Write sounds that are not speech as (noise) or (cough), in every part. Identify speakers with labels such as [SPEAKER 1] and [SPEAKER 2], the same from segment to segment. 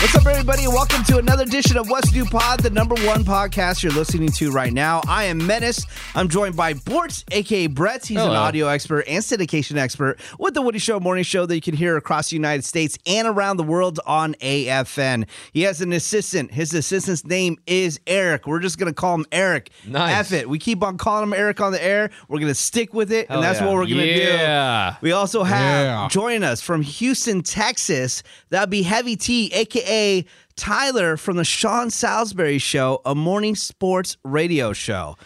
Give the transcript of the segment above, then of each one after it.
[SPEAKER 1] What's up, everybody? Welcome to another edition of What's New Pod, the number one podcast you're listening to right now. I am Menace. I'm joined by Bortz, aka Brett. He's an
[SPEAKER 2] Hello.
[SPEAKER 1] audio expert and syndication expert with the Woody Show Morning Show that you can hear across the United States and around the world on AFN. He has an assistant. His assistant's name is Eric. We're just gonna call him Eric. F
[SPEAKER 2] Nice.
[SPEAKER 1] it. We keep on calling him Eric on the air. We're gonna stick with it, and that's
[SPEAKER 2] yeah.
[SPEAKER 1] what we're gonna
[SPEAKER 2] Yeah.
[SPEAKER 1] do. We also have
[SPEAKER 3] Yeah.
[SPEAKER 1] join us from Houston, Texas. That'd be Heavy T, aka Tyler from the Sean Salisbury Show, a morning sports radio show.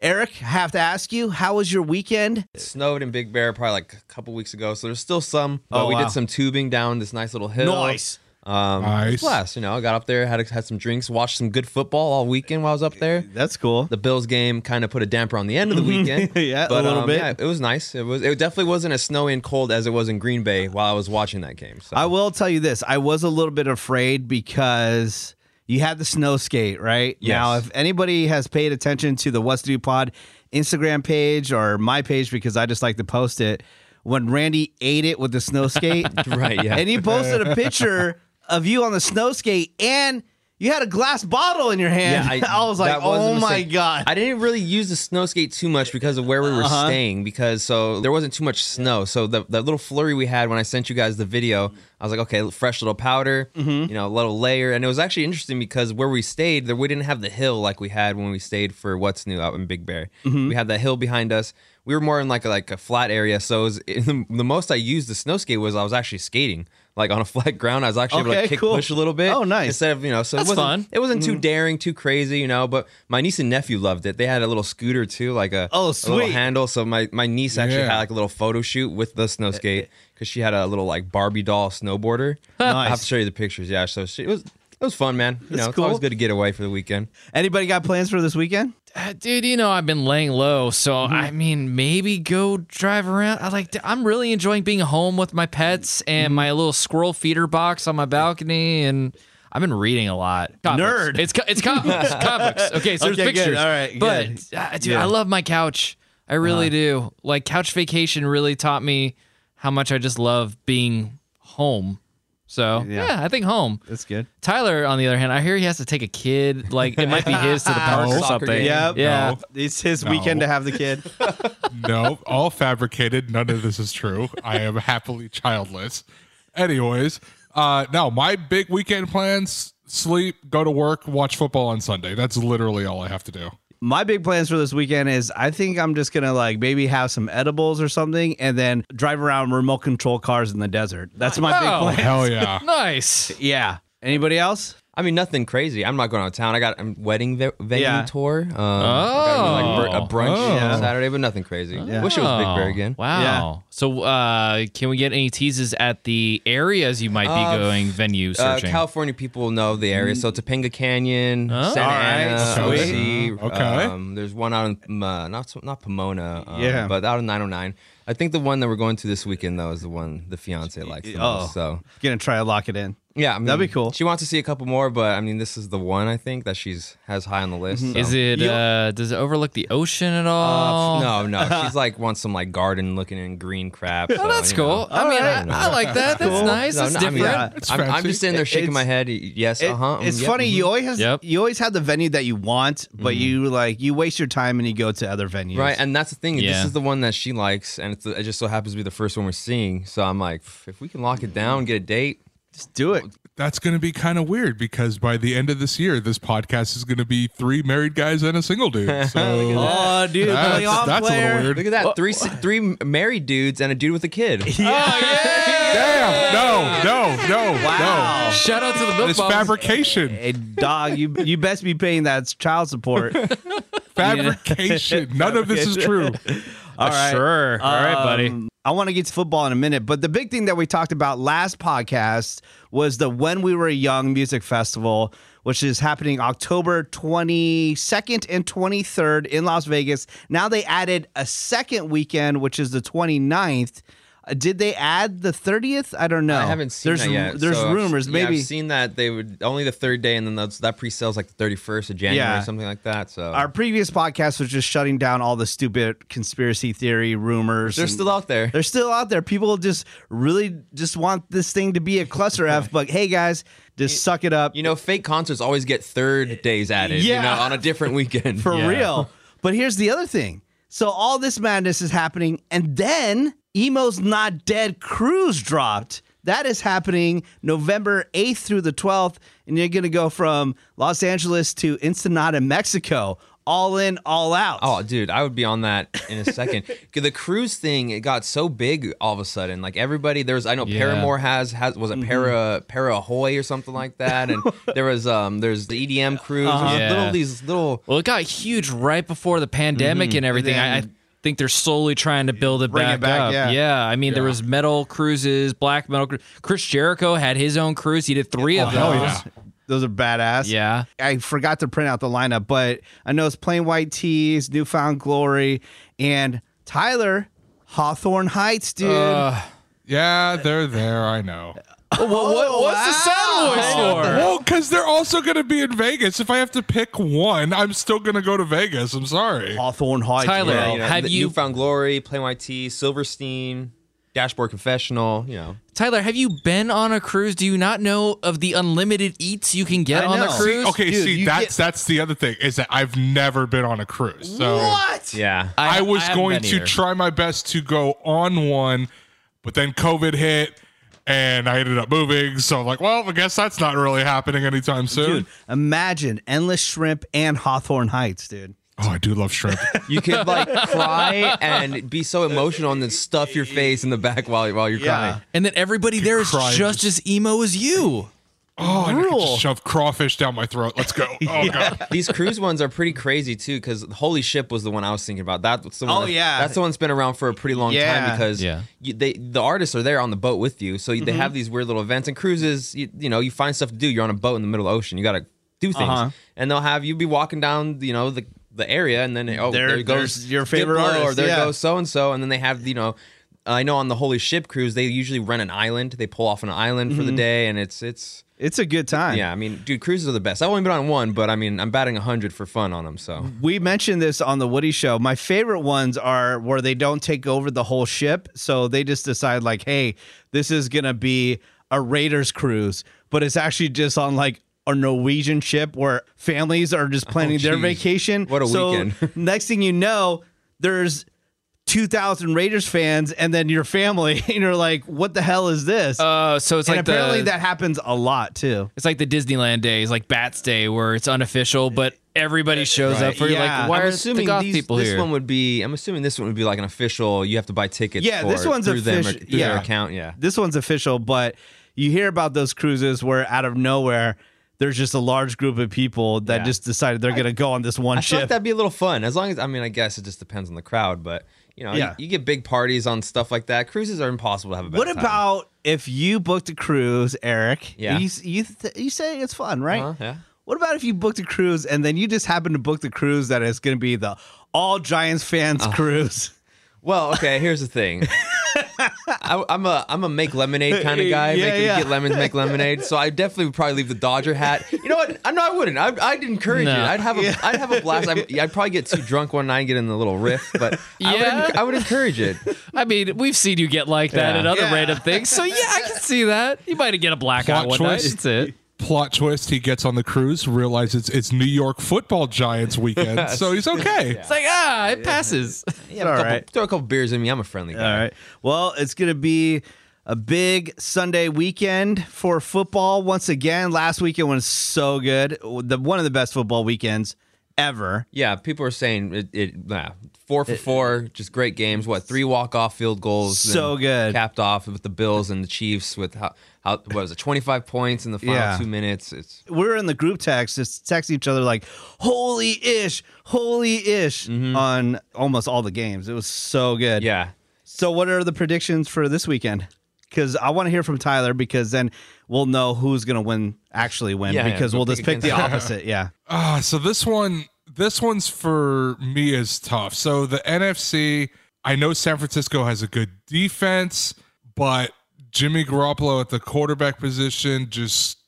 [SPEAKER 1] Eric, have to ask you, how was your weekend?
[SPEAKER 2] It snowed in Big Bear probably like a couple weeks ago, so there's still some. But
[SPEAKER 1] Oh,
[SPEAKER 2] we
[SPEAKER 1] wow.
[SPEAKER 2] did some tubing down this nice little hill.
[SPEAKER 1] Nice.
[SPEAKER 2] Um,
[SPEAKER 3] Nice.
[SPEAKER 2] nice. Blast. You know, I got up there, had a, had some drinks, watched some good football all weekend while I was up there.
[SPEAKER 1] That's cool.
[SPEAKER 2] The Bills game kind of put a damper on
[SPEAKER 1] (laughs)
[SPEAKER 2] the end of the weekend.
[SPEAKER 1] Yeah, a
[SPEAKER 2] but,
[SPEAKER 1] little
[SPEAKER 2] um,
[SPEAKER 1] bit.
[SPEAKER 2] Yeah, it was nice. It was. It definitely wasn't as snowy and cold as it was in Green Bay while I was watching that game. So.
[SPEAKER 1] I will tell you this. I was a little bit afraid because you had the snow skate, right?
[SPEAKER 2] Yes.
[SPEAKER 1] Now, if anybody has paid attention to the What's New Pod Instagram page or my page, because I just like to post it, when Randy ate it with the snow skate,
[SPEAKER 2] (laughs) Right, yeah.
[SPEAKER 1] and you posted a picture of you on the snow skate and you had a glass bottle in your hand. (laughs) I, was like,
[SPEAKER 2] that a
[SPEAKER 1] oh my
[SPEAKER 2] mistake.
[SPEAKER 1] God. Uh-huh.
[SPEAKER 2] I didn't really use the snow skate too much because of where we were staying, because so there wasn't too much snow. So the, the little flurry we had when I sent you guys the video, I was like, okay, fresh little powder,
[SPEAKER 1] Mm-hmm.
[SPEAKER 2] you know, little layer. And it was actually interesting because where we stayed, there we didn't have the hill like we had when we stayed for what's new out in Big Bear.
[SPEAKER 1] Mm-hmm.
[SPEAKER 2] We had that hill behind us. We were more in like a, like a flat area, so it was, (laughs) the, the most I used the snow skate was I was actually skating. Like on a flat (laughs) ground, I was actually able
[SPEAKER 1] Okay,
[SPEAKER 2] to kick
[SPEAKER 1] cool.
[SPEAKER 2] push a little bit.
[SPEAKER 1] Oh, nice.
[SPEAKER 2] Instead of you know, so
[SPEAKER 4] That's
[SPEAKER 2] it wasn't
[SPEAKER 4] fun. Mm-hmm.
[SPEAKER 2] it wasn't too daring, too crazy, you know. But my niece and nephew loved it. They had a little scooter too, like a
[SPEAKER 1] Oh,
[SPEAKER 2] a little
[SPEAKER 1] sweet.
[SPEAKER 2] handle. So my my niece actually
[SPEAKER 3] Yeah.
[SPEAKER 2] had like a little photo shoot with the
[SPEAKER 4] Eh,
[SPEAKER 2] snow skate because she had a little like Barbie doll
[SPEAKER 4] (laughs)
[SPEAKER 2] snowboarder. I have to show you the pictures. Yeah, so she, it was it was fun, man. You know, it's
[SPEAKER 1] cool.
[SPEAKER 2] always good to get away for the weekend.
[SPEAKER 1] anybody got plans for this weekend?
[SPEAKER 4] Uh, dude, you know I've been laying low, so I mean maybe go drive around. I like to, I'm really enjoying being home with my pets
[SPEAKER 2] Mm-hmm.
[SPEAKER 4] and my little squirrel feeder box on my balcony, and I've been reading a lot. Comic books.
[SPEAKER 1] Nerd.
[SPEAKER 4] it's co- it's
[SPEAKER 1] (laughs)
[SPEAKER 4] comic books. comic books. Okay, so
[SPEAKER 1] Okay,
[SPEAKER 4] there's
[SPEAKER 1] good.
[SPEAKER 4] pictures.
[SPEAKER 1] All right,
[SPEAKER 4] but
[SPEAKER 1] good.
[SPEAKER 4] uh, dude,
[SPEAKER 1] Yeah.
[SPEAKER 4] I love my couch. I really
[SPEAKER 2] Uh-huh.
[SPEAKER 4] do. Like couch vacation really taught me how much I just love being home. So
[SPEAKER 1] Yeah.
[SPEAKER 4] yeah I think home.
[SPEAKER 1] That's good.
[SPEAKER 4] Tyler, on the other hand, I hear he has to take a kid. Like it might be
[SPEAKER 2] (laughs)
[SPEAKER 4] his to the park
[SPEAKER 3] No.
[SPEAKER 4] or
[SPEAKER 2] Soccer
[SPEAKER 4] something.
[SPEAKER 2] game.
[SPEAKER 1] Yeah.
[SPEAKER 4] Yeah.
[SPEAKER 1] It's his
[SPEAKER 3] No.
[SPEAKER 1] weekend to have the kid.
[SPEAKER 3] no, all fabricated. None of this is
[SPEAKER 4] (laughs)
[SPEAKER 3] true. I am happily childless. Anyways, uh no, my big weekend plans sleep, go to work, watch football on Sunday. That's literally all I have to do.
[SPEAKER 1] (laughs) my big plans for this weekend is I think I'm just gonna like maybe have some edibles or something and then drive around remote control cars in the desert. That's my
[SPEAKER 4] Oh.
[SPEAKER 1] big plan.
[SPEAKER 3] Hell yeah.
[SPEAKER 4] Nice.
[SPEAKER 1] (laughs) Yeah. Anybody else?
[SPEAKER 2] I mean, nothing crazy. I'm not going out of town. I got a wedding ve- venue
[SPEAKER 1] Yeah.
[SPEAKER 2] tour. Um, I got, like, br- a brunch
[SPEAKER 3] Oh.
[SPEAKER 2] on Saturday, but nothing crazy. Wish it was
[SPEAKER 4] Oh.
[SPEAKER 2] Big Bear again.
[SPEAKER 4] Wow.
[SPEAKER 1] Yeah.
[SPEAKER 4] So, uh, can we get any teases at the areas you might be
[SPEAKER 2] Uh,
[SPEAKER 4] going venue searching?
[SPEAKER 2] Uh, California people know the area, so Topanga Canyon,
[SPEAKER 4] Oh.
[SPEAKER 2] Santa
[SPEAKER 1] All
[SPEAKER 2] Ana,
[SPEAKER 1] right,
[SPEAKER 3] sweet.
[SPEAKER 2] OC.
[SPEAKER 3] Okay.
[SPEAKER 2] Um, there's one out in uh, not not Pomona, um,
[SPEAKER 1] Yeah.
[SPEAKER 2] but out in 909. I think the one that we're going to this weekend though is the one the fiance likes the
[SPEAKER 1] Oh.
[SPEAKER 2] most. So
[SPEAKER 1] Gonna try to lock it in.
[SPEAKER 2] yeah, I mean,
[SPEAKER 1] That'd be cool.
[SPEAKER 2] She wants to see a couple more, but I mean, this is the one I think that she's has high on the list. so.
[SPEAKER 4] Mm-hmm. Is it? Oh.
[SPEAKER 1] You-
[SPEAKER 4] Uh, does it overlook the ocean at all?
[SPEAKER 2] Uh, no,
[SPEAKER 4] (laughs)
[SPEAKER 2] no. She's like wants some like garden looking and green crap.
[SPEAKER 4] Oh,
[SPEAKER 2] so,
[SPEAKER 4] that's
[SPEAKER 2] you know.
[SPEAKER 4] cool. I mean,
[SPEAKER 2] right.
[SPEAKER 4] I, I like that. That's nice.
[SPEAKER 2] No,
[SPEAKER 4] That's
[SPEAKER 2] no, I mean,
[SPEAKER 4] different.
[SPEAKER 3] It's
[SPEAKER 2] I'm, I'm
[SPEAKER 3] fancy.
[SPEAKER 2] just sitting there shaking
[SPEAKER 1] It's-
[SPEAKER 2] my head. Yes,
[SPEAKER 1] It-
[SPEAKER 2] uh huh.
[SPEAKER 1] it's funny. You always has,
[SPEAKER 4] Yep.
[SPEAKER 1] you always have the venue that you want, but
[SPEAKER 3] Mm-hmm.
[SPEAKER 1] you like you waste your time and you go to other venues.
[SPEAKER 2] Right, and that's the thing.
[SPEAKER 4] Yeah.
[SPEAKER 2] This is the one that she likes, and it's it just so happens to be the first one we're seeing. So I'm like, "Pff, if we can lock it down, get a date.
[SPEAKER 1] Just do it.
[SPEAKER 3] That's going to be kind of weird because by the end of this year, this podcast is going to be three married guys and a single dude.
[SPEAKER 1] (laughs)
[SPEAKER 3] So
[SPEAKER 1] Oh, dude,
[SPEAKER 3] that's,
[SPEAKER 1] playoff
[SPEAKER 3] that's a
[SPEAKER 1] player.
[SPEAKER 3] little weird.
[SPEAKER 2] Look at that, three si- three married dudes and a dude with
[SPEAKER 1] (laughs)
[SPEAKER 2] a kid.
[SPEAKER 3] Damn. No, no, no,
[SPEAKER 1] Wow.
[SPEAKER 4] Shout out to the
[SPEAKER 3] no.
[SPEAKER 4] milk
[SPEAKER 3] It's
[SPEAKER 4] bottles.
[SPEAKER 3] fabrication.
[SPEAKER 1] Hey, dog, you you best be paying that child support.
[SPEAKER 3] (laughs) Fabrication. None of this is true.
[SPEAKER 1] All right.
[SPEAKER 4] Sure. all right, buddy.
[SPEAKER 1] Um, I want to get to football in a minute, but the big thing that we talked about last podcast was the When We Were Young Music Festival, which is happening October 22nd and 23rd in Las Vegas. Now they added a second weekend, which is the 29th. Uh, Did they add the 30th? I don't know.
[SPEAKER 2] I haven't seen
[SPEAKER 1] there's,
[SPEAKER 2] that yet.
[SPEAKER 1] There's
[SPEAKER 2] so I've-
[SPEAKER 1] rumors.
[SPEAKER 2] yeah,
[SPEAKER 1] Maybe
[SPEAKER 2] I've seen that they would only the third day, and then that's, that pre-sales like the thirty first of January
[SPEAKER 1] Yeah.
[SPEAKER 2] or something like that. So
[SPEAKER 1] our previous podcast was just shutting down all the stupid conspiracy theory rumors.
[SPEAKER 2] they're
[SPEAKER 1] and-
[SPEAKER 2] still out there.
[SPEAKER 1] They're still out there. People just really just want this thing to be a cluster F, but hey guys, just suck it up
[SPEAKER 2] You know, fake concerts always get third days added.
[SPEAKER 1] Yeah.
[SPEAKER 2] You know, on a
[SPEAKER 1] (laughs)
[SPEAKER 2] different weekend. (laughs)
[SPEAKER 1] for
[SPEAKER 4] Yeah.
[SPEAKER 1] real. But here's the other thing. So all this madness is happening, and then Emo's Not Dead Cruise dropped. That is happening November 8th through the 12th, and you're gonna go from Los Angeles to Ensenada, Mexico, all in, all out.
[SPEAKER 2] Oh, dude, I would be on that in a second. 'Cause the cruise thing, it got so big all of a sudden. Like everybody, there was I know
[SPEAKER 4] Yeah. Mm-hmm.
[SPEAKER 2] Paramore has has was it Para Para Ahoy or something like that,
[SPEAKER 4] (laughs)
[SPEAKER 2] and there was um there's the EDM cruise, There's
[SPEAKER 4] Uh-huh. Yeah.
[SPEAKER 2] little these little
[SPEAKER 4] Well, it got huge right before the pandemic and everything. I, I think they're slowly trying to build it
[SPEAKER 1] Mm-hmm. Bring
[SPEAKER 4] back,
[SPEAKER 1] it back,
[SPEAKER 4] up.
[SPEAKER 1] yeah.
[SPEAKER 4] I mean, there was metal cruises, black metal. cru- Chris Jericho had his own cruise. He did three
[SPEAKER 1] Oh,
[SPEAKER 4] of
[SPEAKER 3] hell
[SPEAKER 4] those.
[SPEAKER 3] yeah.
[SPEAKER 1] Those are badass.
[SPEAKER 4] Yeah.
[SPEAKER 1] I forgot to print out the lineup, but I know it's Plain White Tees, Newfound Glory, and Tyler Hawthorne Heights, dude.
[SPEAKER 4] Uh,
[SPEAKER 3] Yeah, they're there. I know.
[SPEAKER 1] Oh,
[SPEAKER 4] What- what's the sad voice for?
[SPEAKER 3] Well, because they're also going to be in Vegas. If I have to pick one, I'm still going to go to Vegas. I'm sorry.
[SPEAKER 1] Hawthorne Heights.
[SPEAKER 4] Tyler,
[SPEAKER 1] bro.
[SPEAKER 4] Yeah, you know, have
[SPEAKER 2] the
[SPEAKER 4] you-
[SPEAKER 2] Newfound Glory, Play My Tea, Silverstein, Dashboard Confessional, you know.
[SPEAKER 4] Tyler, have you been on a cruise? Do you not know of the unlimited eats you can get
[SPEAKER 1] I
[SPEAKER 4] on
[SPEAKER 1] know.
[SPEAKER 4] a
[SPEAKER 1] See,
[SPEAKER 4] cruise?
[SPEAKER 3] Okay,
[SPEAKER 1] Dude, you
[SPEAKER 3] see,
[SPEAKER 1] get-
[SPEAKER 3] that's that's the other thing is that I've never been on a cruise. So
[SPEAKER 1] What?
[SPEAKER 2] Yeah.
[SPEAKER 3] I was
[SPEAKER 4] haven't
[SPEAKER 3] going
[SPEAKER 4] been
[SPEAKER 3] to
[SPEAKER 4] either.
[SPEAKER 3] try my best to go on one, but then COVID hit and I ended up moving. So I'm like, well, I guess that's not really happening anytime soon.
[SPEAKER 1] Dude, imagine endless shrimp and Hawthorne Heights, dude.
[SPEAKER 3] Oh, I do love shrimp.
[SPEAKER 2] You could
[SPEAKER 4] (laughs)
[SPEAKER 2] like cry and be so emotional and then stuff your face in the back while while you're crying.
[SPEAKER 4] And then everybody there is
[SPEAKER 3] cry and
[SPEAKER 4] just as emo as you.
[SPEAKER 3] Oh, and I could
[SPEAKER 1] Rule.
[SPEAKER 3] just shove crawfish down my throat. Let's
[SPEAKER 1] (laughs)
[SPEAKER 3] go. Oh god.
[SPEAKER 2] These cruise ones are pretty crazy too, because Holy Ship was the one I was thinking about. That's the one.
[SPEAKER 1] Oh, yeah.
[SPEAKER 2] that's the one's been around for a pretty long
[SPEAKER 1] Yeah.
[SPEAKER 2] time because
[SPEAKER 4] Yeah.
[SPEAKER 2] you, they the artists are there on the boat with you, so they
[SPEAKER 1] Mm-hmm.
[SPEAKER 2] have these weird little events and cruises. You, you know, you find stuff to do. You're on a boat in the middle of the ocean. You gotta do things,
[SPEAKER 1] Uh-huh.
[SPEAKER 2] and they'll have you be walking down, you know, the the area, and then oh,
[SPEAKER 1] There-
[SPEAKER 2] there, goes
[SPEAKER 1] there's your favorite
[SPEAKER 2] Diplo, or
[SPEAKER 1] artist,
[SPEAKER 2] there
[SPEAKER 1] yeah.
[SPEAKER 2] goes so and so, and then they have you know. I know on the Holy Ship cruise, they usually rent an island. They pull off an island for the
[SPEAKER 1] Mm-hmm.
[SPEAKER 2] day, and it's it's
[SPEAKER 1] It's a good time.
[SPEAKER 2] (laughs) yeah, I mean, dude, cruises are the best. I've only been on one, but I mean, I'm batting 100 for fun on them, so.
[SPEAKER 1] We mentioned this on the Woody Show. My favorite ones are where they don't take over the whole ship. So they just decide, like, hey, this is going to be a Raiders cruise, but it's actually just on like a Norwegian ship where families are just planning their
[SPEAKER 2] geez.
[SPEAKER 1] vacation.
[SPEAKER 2] What a
[SPEAKER 1] So
[SPEAKER 2] weekend.
[SPEAKER 1] (laughs) next thing you know, there's 2,000 Raiders fans and then your family, (laughs) and you're like, what the hell is this?
[SPEAKER 4] Uh, so it's
[SPEAKER 1] and
[SPEAKER 4] like
[SPEAKER 1] apparently
[SPEAKER 4] the,
[SPEAKER 1] that happens a lot too.
[SPEAKER 4] It's like the Disneyland days, like Bats Day, where it's unofficial, but everybody shows up for you.
[SPEAKER 1] yeah.
[SPEAKER 4] Like, why
[SPEAKER 2] I'm
[SPEAKER 4] are
[SPEAKER 2] assuming
[SPEAKER 4] the goth
[SPEAKER 2] these-
[SPEAKER 4] people
[SPEAKER 2] this
[SPEAKER 4] here?
[SPEAKER 2] one would be. I'm assuming this one would be like an official. You have to buy tickets.
[SPEAKER 1] Yeah,
[SPEAKER 2] for
[SPEAKER 1] this
[SPEAKER 2] it
[SPEAKER 1] one's
[SPEAKER 2] through them or
[SPEAKER 1] offici-
[SPEAKER 2] through their
[SPEAKER 1] yeah.
[SPEAKER 2] account.
[SPEAKER 1] (laughs)
[SPEAKER 2] Yeah,
[SPEAKER 1] This one's official, but you hear about those cruises where out of nowhere there's just a large group of people that
[SPEAKER 2] Yeah.
[SPEAKER 1] just decided they're gonna go on this one
[SPEAKER 2] I thought
[SPEAKER 1] ship.
[SPEAKER 2] that'd be a little fun. As long as I mean, I guess it just depends on the crowd, but you know,
[SPEAKER 1] Yeah.
[SPEAKER 2] you, you get big parties on stuff like that. Cruises are impossible to have a. Bad
[SPEAKER 1] what
[SPEAKER 2] time.
[SPEAKER 1] about if you booked a cruise, Eric?
[SPEAKER 2] Yeah.
[SPEAKER 1] You you, th- you say it's fun, right?
[SPEAKER 2] Uh-huh, yeah.
[SPEAKER 1] What about if you booked a cruise and then you just happen to book the cruise that is gonna be the all Giants fans
[SPEAKER 2] Uh-huh.
[SPEAKER 1] cruise?
[SPEAKER 2] Well, okay. Here's the thing.
[SPEAKER 1] (laughs)
[SPEAKER 2] I, I'm a I'm a make lemonade kind of guy.
[SPEAKER 1] Yeah,
[SPEAKER 2] make,
[SPEAKER 1] yeah.
[SPEAKER 2] Get lemons, make lemonade. So I definitely would probably leave the Dodger hat. You know what? I, no, I wouldn't. I'd, I'd encourage
[SPEAKER 4] No.
[SPEAKER 2] it. I'd have a would have a blast. I'd, I'd probably get too drunk one night and get in a little riff. But I, would,
[SPEAKER 4] Yeah.
[SPEAKER 2] enc- I would
[SPEAKER 1] (laughs)
[SPEAKER 2] encourage it.
[SPEAKER 4] I mean, we've seen you get like that
[SPEAKER 2] Yeah.
[SPEAKER 4] and other
[SPEAKER 1] Yeah.
[SPEAKER 4] random things. So yeah, I can see that. You might get a blackout
[SPEAKER 3] Plot
[SPEAKER 4] one night.
[SPEAKER 3] twist.
[SPEAKER 4] That's it.
[SPEAKER 3] Plot twist: He gets on the cruise, realizes it's New York Football Giants weekend, so he's okay.
[SPEAKER 4] It's like ah, it passes.
[SPEAKER 2] (laughs) Yeah, a
[SPEAKER 1] all
[SPEAKER 2] couple,
[SPEAKER 1] right.
[SPEAKER 2] Throw a couple beers in me. I'm a friendly guy.
[SPEAKER 1] All right. Well, it's going to be a big Sunday weekend for football once again. Last weekend was so good. The one of the best football weekends ever.
[SPEAKER 2] Yeah, people are saying it. it nah, four for four, just great games. What three walk off field goals? then
[SPEAKER 1] So good.
[SPEAKER 2] Capped off with the Bills and the Chiefs with how, how what was it? Twenty five points in the final
[SPEAKER 1] Yeah.
[SPEAKER 2] two minutes. It's
[SPEAKER 1] We're in the group text, just texting each other like "holy ish, holy ish" on almost all the games. It was so good.
[SPEAKER 2] Mm-hmm. yeah.
[SPEAKER 1] So, what are the predictions for this weekend? Because I want to hear from Tyler because then we'll know who's going to win, actually win,
[SPEAKER 2] Yeah, yeah,
[SPEAKER 1] because
[SPEAKER 2] we'll
[SPEAKER 1] we'll just
[SPEAKER 2] pick
[SPEAKER 1] pick the
[SPEAKER 2] against-
[SPEAKER 1] opposite. Yeah.
[SPEAKER 3] Ah, so this one, this one's for me is tough. So the NFC, I know San Francisco has a good defense, but Jimmy Garoppolo at the quarterback position just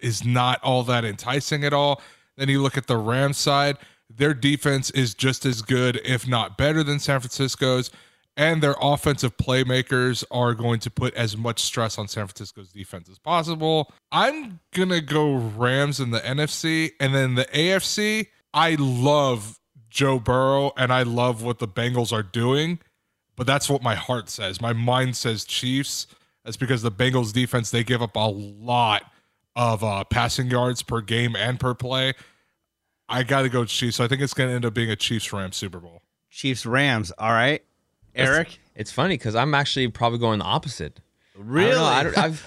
[SPEAKER 3] is not all that enticing at all. Then you look at the Rams side, their defense is just as good, if not better, than San Francisco's. And their offensive playmakers are going to put as much stress on San Francisco's defense as possible. I'm going to go Rams in the NFC. And then the AFC, I love Joe Burrow and I love what the Bengals are doing, but that's what my heart says. My mind says Chiefs. That's because the Bengals defense, they give up a lot of uh, passing yards per game and per play. I got to go Chiefs. So I think it's going to end up being a Chiefs Rams Super Bowl.
[SPEAKER 1] Chiefs Rams. All right, Eric.
[SPEAKER 2] It's funny because I'm actually probably going the opposite. I
[SPEAKER 1] Really? Oh.
[SPEAKER 2] don't know. I
[SPEAKER 1] (laughs)
[SPEAKER 2] don't, I've,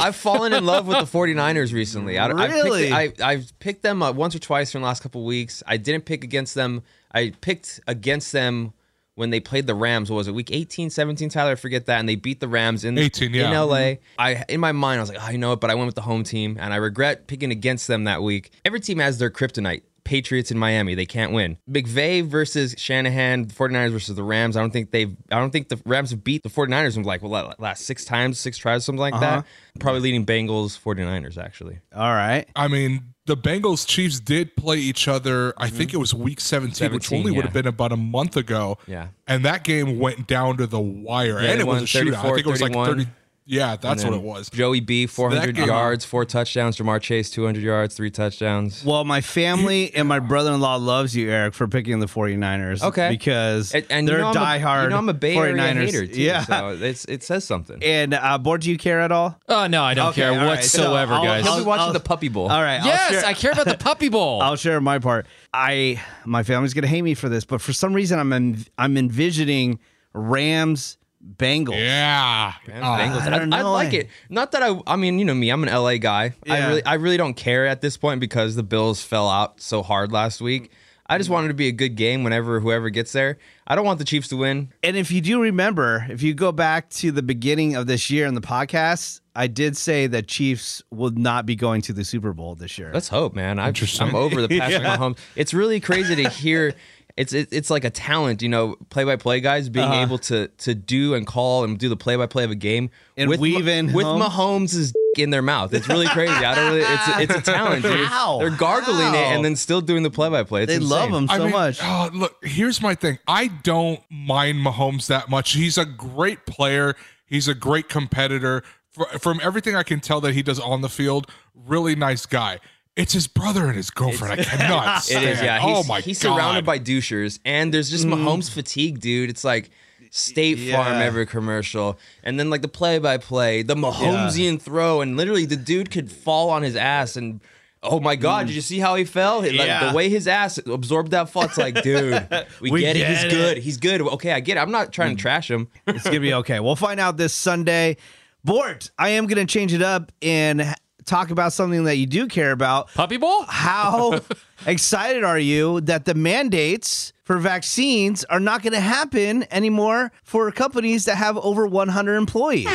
[SPEAKER 2] I've, I've fallen in love with the 49ers recently. I,
[SPEAKER 1] Really?
[SPEAKER 2] I've picked, the- I, I've picked them up once or twice in the last couple of weeks. I didn't pick against them. I picked against them when they played the Rams. What was it, week 18, 17, Tyler? I forget that. And they beat the Rams in,
[SPEAKER 3] 18, yeah.
[SPEAKER 2] in LA. I In my mind, I was like, oh, you know what? But I went with the home team, and I regret picking against them that week. Every team has their kryptonite. Patriots in Miami, they can't win. McVay versus Shanahan, 49ers versus the Rams. I don't think they've I don't think the Rams have beat the 49ers in like well, last six times, six tries, something like that. Probably leading Bengals, 49ers actually.
[SPEAKER 1] All right.
[SPEAKER 3] I mean, the Bengals Chiefs did play each other. I think it was week 17, which
[SPEAKER 2] 17,
[SPEAKER 3] only would
[SPEAKER 2] Mm-hmm. yeah.
[SPEAKER 3] have been about a month ago.
[SPEAKER 2] Yeah.
[SPEAKER 3] And that game went down to the wire.
[SPEAKER 2] they
[SPEAKER 3] and it was
[SPEAKER 2] won
[SPEAKER 3] a shootout. I
[SPEAKER 2] 34,
[SPEAKER 3] think it was like 30.
[SPEAKER 2] 31.
[SPEAKER 3] Yeah, that's what it was.
[SPEAKER 2] Joey B, 400
[SPEAKER 1] Uh-huh.
[SPEAKER 3] game-
[SPEAKER 2] yards, four touchdowns. Jamar Chase, 200 yards, three touchdowns.
[SPEAKER 1] Well, my family and my brother-in-law loves you, Eric, for picking the 49ers.
[SPEAKER 2] Okay.
[SPEAKER 1] Because
[SPEAKER 2] And, and
[SPEAKER 1] they're
[SPEAKER 2] you know I'm
[SPEAKER 1] diehard
[SPEAKER 2] A, you know I'm a Bay
[SPEAKER 1] 49ers.
[SPEAKER 2] Area hater too.
[SPEAKER 1] yeah.
[SPEAKER 2] So it's, it says something.
[SPEAKER 1] And uh, board, do you care at all?
[SPEAKER 4] Oh no, I don't
[SPEAKER 1] Okay, all
[SPEAKER 4] care
[SPEAKER 1] right,
[SPEAKER 4] whatsoever,
[SPEAKER 1] so I'll-
[SPEAKER 4] guys.
[SPEAKER 2] He'll be watching the Puppy Bowl.
[SPEAKER 1] All right. I'll
[SPEAKER 4] yes,
[SPEAKER 1] share-
[SPEAKER 4] I care about the puppy bowl.
[SPEAKER 1] I'll share my part. I my family's gonna hate me for this, but for some reason I'm en- I'm envisioning Rams Bengals.
[SPEAKER 3] Yeah. Uh,
[SPEAKER 2] Bengals.
[SPEAKER 1] I
[SPEAKER 2] I,
[SPEAKER 1] don't
[SPEAKER 2] I
[SPEAKER 1] know,
[SPEAKER 2] like
[SPEAKER 1] eh?
[SPEAKER 2] it. Not that I. I mean, you know me. I'm an LA guy.
[SPEAKER 1] Yeah.
[SPEAKER 2] I really, I really don't care at this point because the Bills fell out so hard last week. I
[SPEAKER 1] Mm.
[SPEAKER 2] just wanted to be a good game whenever whoever gets there. I don't want the Chiefs to win.
[SPEAKER 1] And if you do remember, if you go back to the beginning of this year in the podcast, I did say that Chiefs would not be going to the Super Bowl this year.
[SPEAKER 2] Let's hope, man. I, I'm over
[SPEAKER 1] (laughs)
[SPEAKER 2] the Patrick Mahomes. It's really crazy to hear. It's it, it's like a talent, you know, play by play guys being
[SPEAKER 1] Uh-huh.
[SPEAKER 2] able to to do and call and do the play by play of a game
[SPEAKER 1] And
[SPEAKER 2] with
[SPEAKER 1] weave
[SPEAKER 2] Ma-
[SPEAKER 1] in
[SPEAKER 2] with
[SPEAKER 1] home.
[SPEAKER 2] Mahomes' (laughs) dick in their mouth. It's really crazy. I don't really. It's a, it's a talent.
[SPEAKER 1] (laughs)
[SPEAKER 2] Dude.
[SPEAKER 1] How?
[SPEAKER 2] They're gargling it
[SPEAKER 1] How?
[SPEAKER 2] and then still doing the play by play.
[SPEAKER 1] they love him so
[SPEAKER 3] I mean,
[SPEAKER 1] much.
[SPEAKER 3] oh, look, here's my thing. I don't mind Mahomes that much. He's a great player. He's a great competitor. Fr- From everything I can tell that he does on the field, really nice guy. It's his brother and his girlfriend. I cannot.
[SPEAKER 2] (laughs) It
[SPEAKER 3] stand.
[SPEAKER 2] is, yeah.
[SPEAKER 3] Oh
[SPEAKER 2] He's,
[SPEAKER 3] my
[SPEAKER 2] he's
[SPEAKER 3] god.
[SPEAKER 2] surrounded by douchers, and there's
[SPEAKER 1] Mm.
[SPEAKER 2] just Mahomes fatigue, dude. It's like State Farm every commercial, and then like the play-by-play, the Mahomesian throw, and literally the dude could fall on his ass and. Oh my God! Did you see how he fell? He- like,
[SPEAKER 1] Yeah.
[SPEAKER 2] The way his ass absorbed that fall, it's like,
[SPEAKER 1] (laughs)
[SPEAKER 2] dude, we,
[SPEAKER 1] We
[SPEAKER 2] get, it. He's
[SPEAKER 1] get it. Mm.
[SPEAKER 2] good. He's good. Okay, I get it. I'm not trying to trash him.
[SPEAKER 1] It's gonna be okay. We'll find out this Sunday. Bort, I am gonna change it up and h- talk about something that you do care about.
[SPEAKER 4] puppy bowl?
[SPEAKER 1] How excited are you that the mandates for vaccines are not gonna happen anymore for companies that have over 100 employees?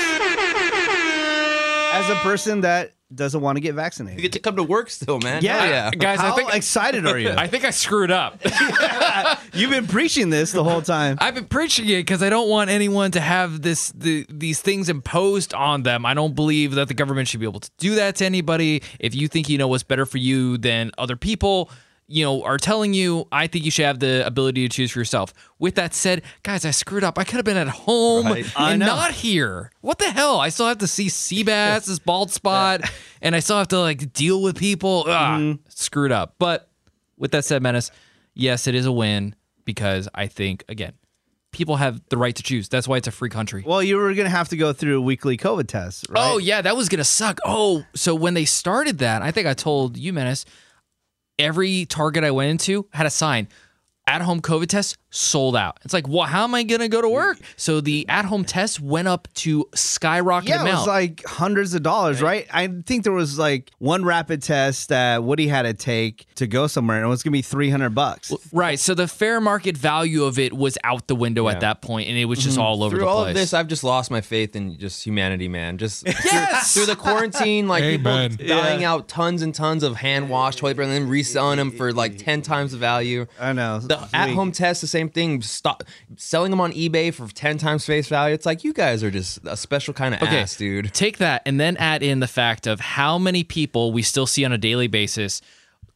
[SPEAKER 1] As a person that doesn't want to get
[SPEAKER 2] You
[SPEAKER 1] vaccinated.
[SPEAKER 2] get to come to work still, man. Hell
[SPEAKER 1] Yeah,
[SPEAKER 4] Guys, I
[SPEAKER 1] How
[SPEAKER 4] think-
[SPEAKER 1] excited are you?
[SPEAKER 4] (laughs) I think I screwed up.
[SPEAKER 1] You've been preaching this the whole time.
[SPEAKER 4] I've been preaching it because I don't want anyone to have this the, these things imposed on them. I don't believe that the government should be able to do that to anybody. If you think you know what's better for you than other people, you know, are telling you, I think you should have the ability to choose for yourself. With that said, guys, I screwed up. I could have been at home
[SPEAKER 2] Right.
[SPEAKER 1] I
[SPEAKER 4] and
[SPEAKER 1] know.
[SPEAKER 4] not here. What the hell? I still have to see Seabass, this bald
[SPEAKER 1] (laughs)
[SPEAKER 4] spot, and I still have to like deal with people. Ugh,
[SPEAKER 1] Mm-hmm.
[SPEAKER 4] Screwed up. But with that said, Menace, yes, it is a win because I think again, people have the right to choose. That's why it's a free country.
[SPEAKER 1] Well, you were gonna have to go through weekly COVID tests, right?
[SPEAKER 4] Oh yeah, that was gonna suck. Oh, so when they started that, I think I told you, Menace, every Target I went into had a sign. At home COVID tests sold out. It's like, well, how am I gonna go to work? So the at home tests went up to skyrocket
[SPEAKER 1] Yeah, it
[SPEAKER 4] amount.
[SPEAKER 1] was like hundreds of dollars, right? I think there was like one rapid test that Woody had to take to go somewhere, and it was gonna be three hundred bucks.
[SPEAKER 4] right. So the fair market value of it was out the window at that point, and it
[SPEAKER 1] Mm-hmm.
[SPEAKER 4] was just all over
[SPEAKER 2] through
[SPEAKER 4] the
[SPEAKER 2] all
[SPEAKER 4] place.
[SPEAKER 2] of this, I've just lost my faith in just humanity, man. Just
[SPEAKER 4] Yes!
[SPEAKER 2] through, through the quarantine, like
[SPEAKER 3] Amen.
[SPEAKER 2] people dying out tons and tons of hand wash toilet paper and then reselling them for like ten times the value.
[SPEAKER 1] I know.
[SPEAKER 2] The
[SPEAKER 1] It's
[SPEAKER 2] at
[SPEAKER 1] weak.
[SPEAKER 2] home test the same same thing. Stop selling them on eBay for ten times face value. It's like you guys are just a special kind of ass, dude.
[SPEAKER 4] Take that and then add in the fact of how many people we still see on a daily basis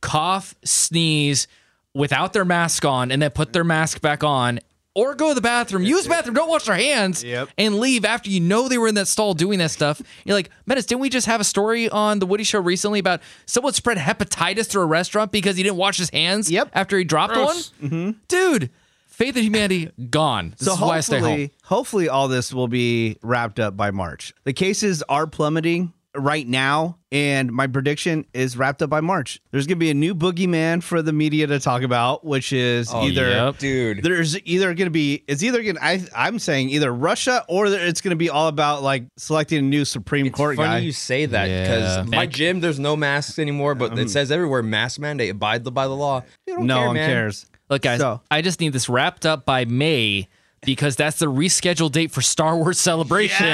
[SPEAKER 4] cough, sneeze without their mask on, and then put their mask back on. Or go to the bathroom, use the bathroom, don't wash their hands,
[SPEAKER 1] Yep.
[SPEAKER 4] and leave after you know they were in that stall doing that stuff. You're like, Menace, didn't we just have a story on the Woody Show recently about someone spread hepatitis through a restaurant because he didn't wash his hands
[SPEAKER 1] Yep.
[SPEAKER 4] after he dropped
[SPEAKER 3] Gross.
[SPEAKER 4] one? Dude, faith in humanity gone. This
[SPEAKER 1] so
[SPEAKER 4] is why I stay home.
[SPEAKER 1] hopefully, hopefully, all this will be wrapped up by March. The cases are plummeting right now, and my prediction is wrapped up by March. There's going to be a new boogeyman for the media to talk about, which is either
[SPEAKER 4] Oh, yep.
[SPEAKER 2] Dude,
[SPEAKER 1] there's either going to be it's either going I I'm saying either Russia or there- it's going to be all about like selecting a new Supreme Court
[SPEAKER 2] funny
[SPEAKER 1] guy.
[SPEAKER 2] you say that
[SPEAKER 4] Yeah.
[SPEAKER 2] because my
[SPEAKER 4] Thank-
[SPEAKER 2] gym there's no masks anymore, but it says everywhere mask mandate. Abide by the law. You don't
[SPEAKER 1] Mm. no
[SPEAKER 2] care,
[SPEAKER 1] one
[SPEAKER 2] man.
[SPEAKER 1] cares.
[SPEAKER 4] Look, guys,
[SPEAKER 1] So-
[SPEAKER 4] I just need this wrapped up by May because that's the rescheduled date for Star Wars Celebration in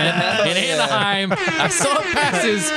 [SPEAKER 4] Anaheim. I still have passes.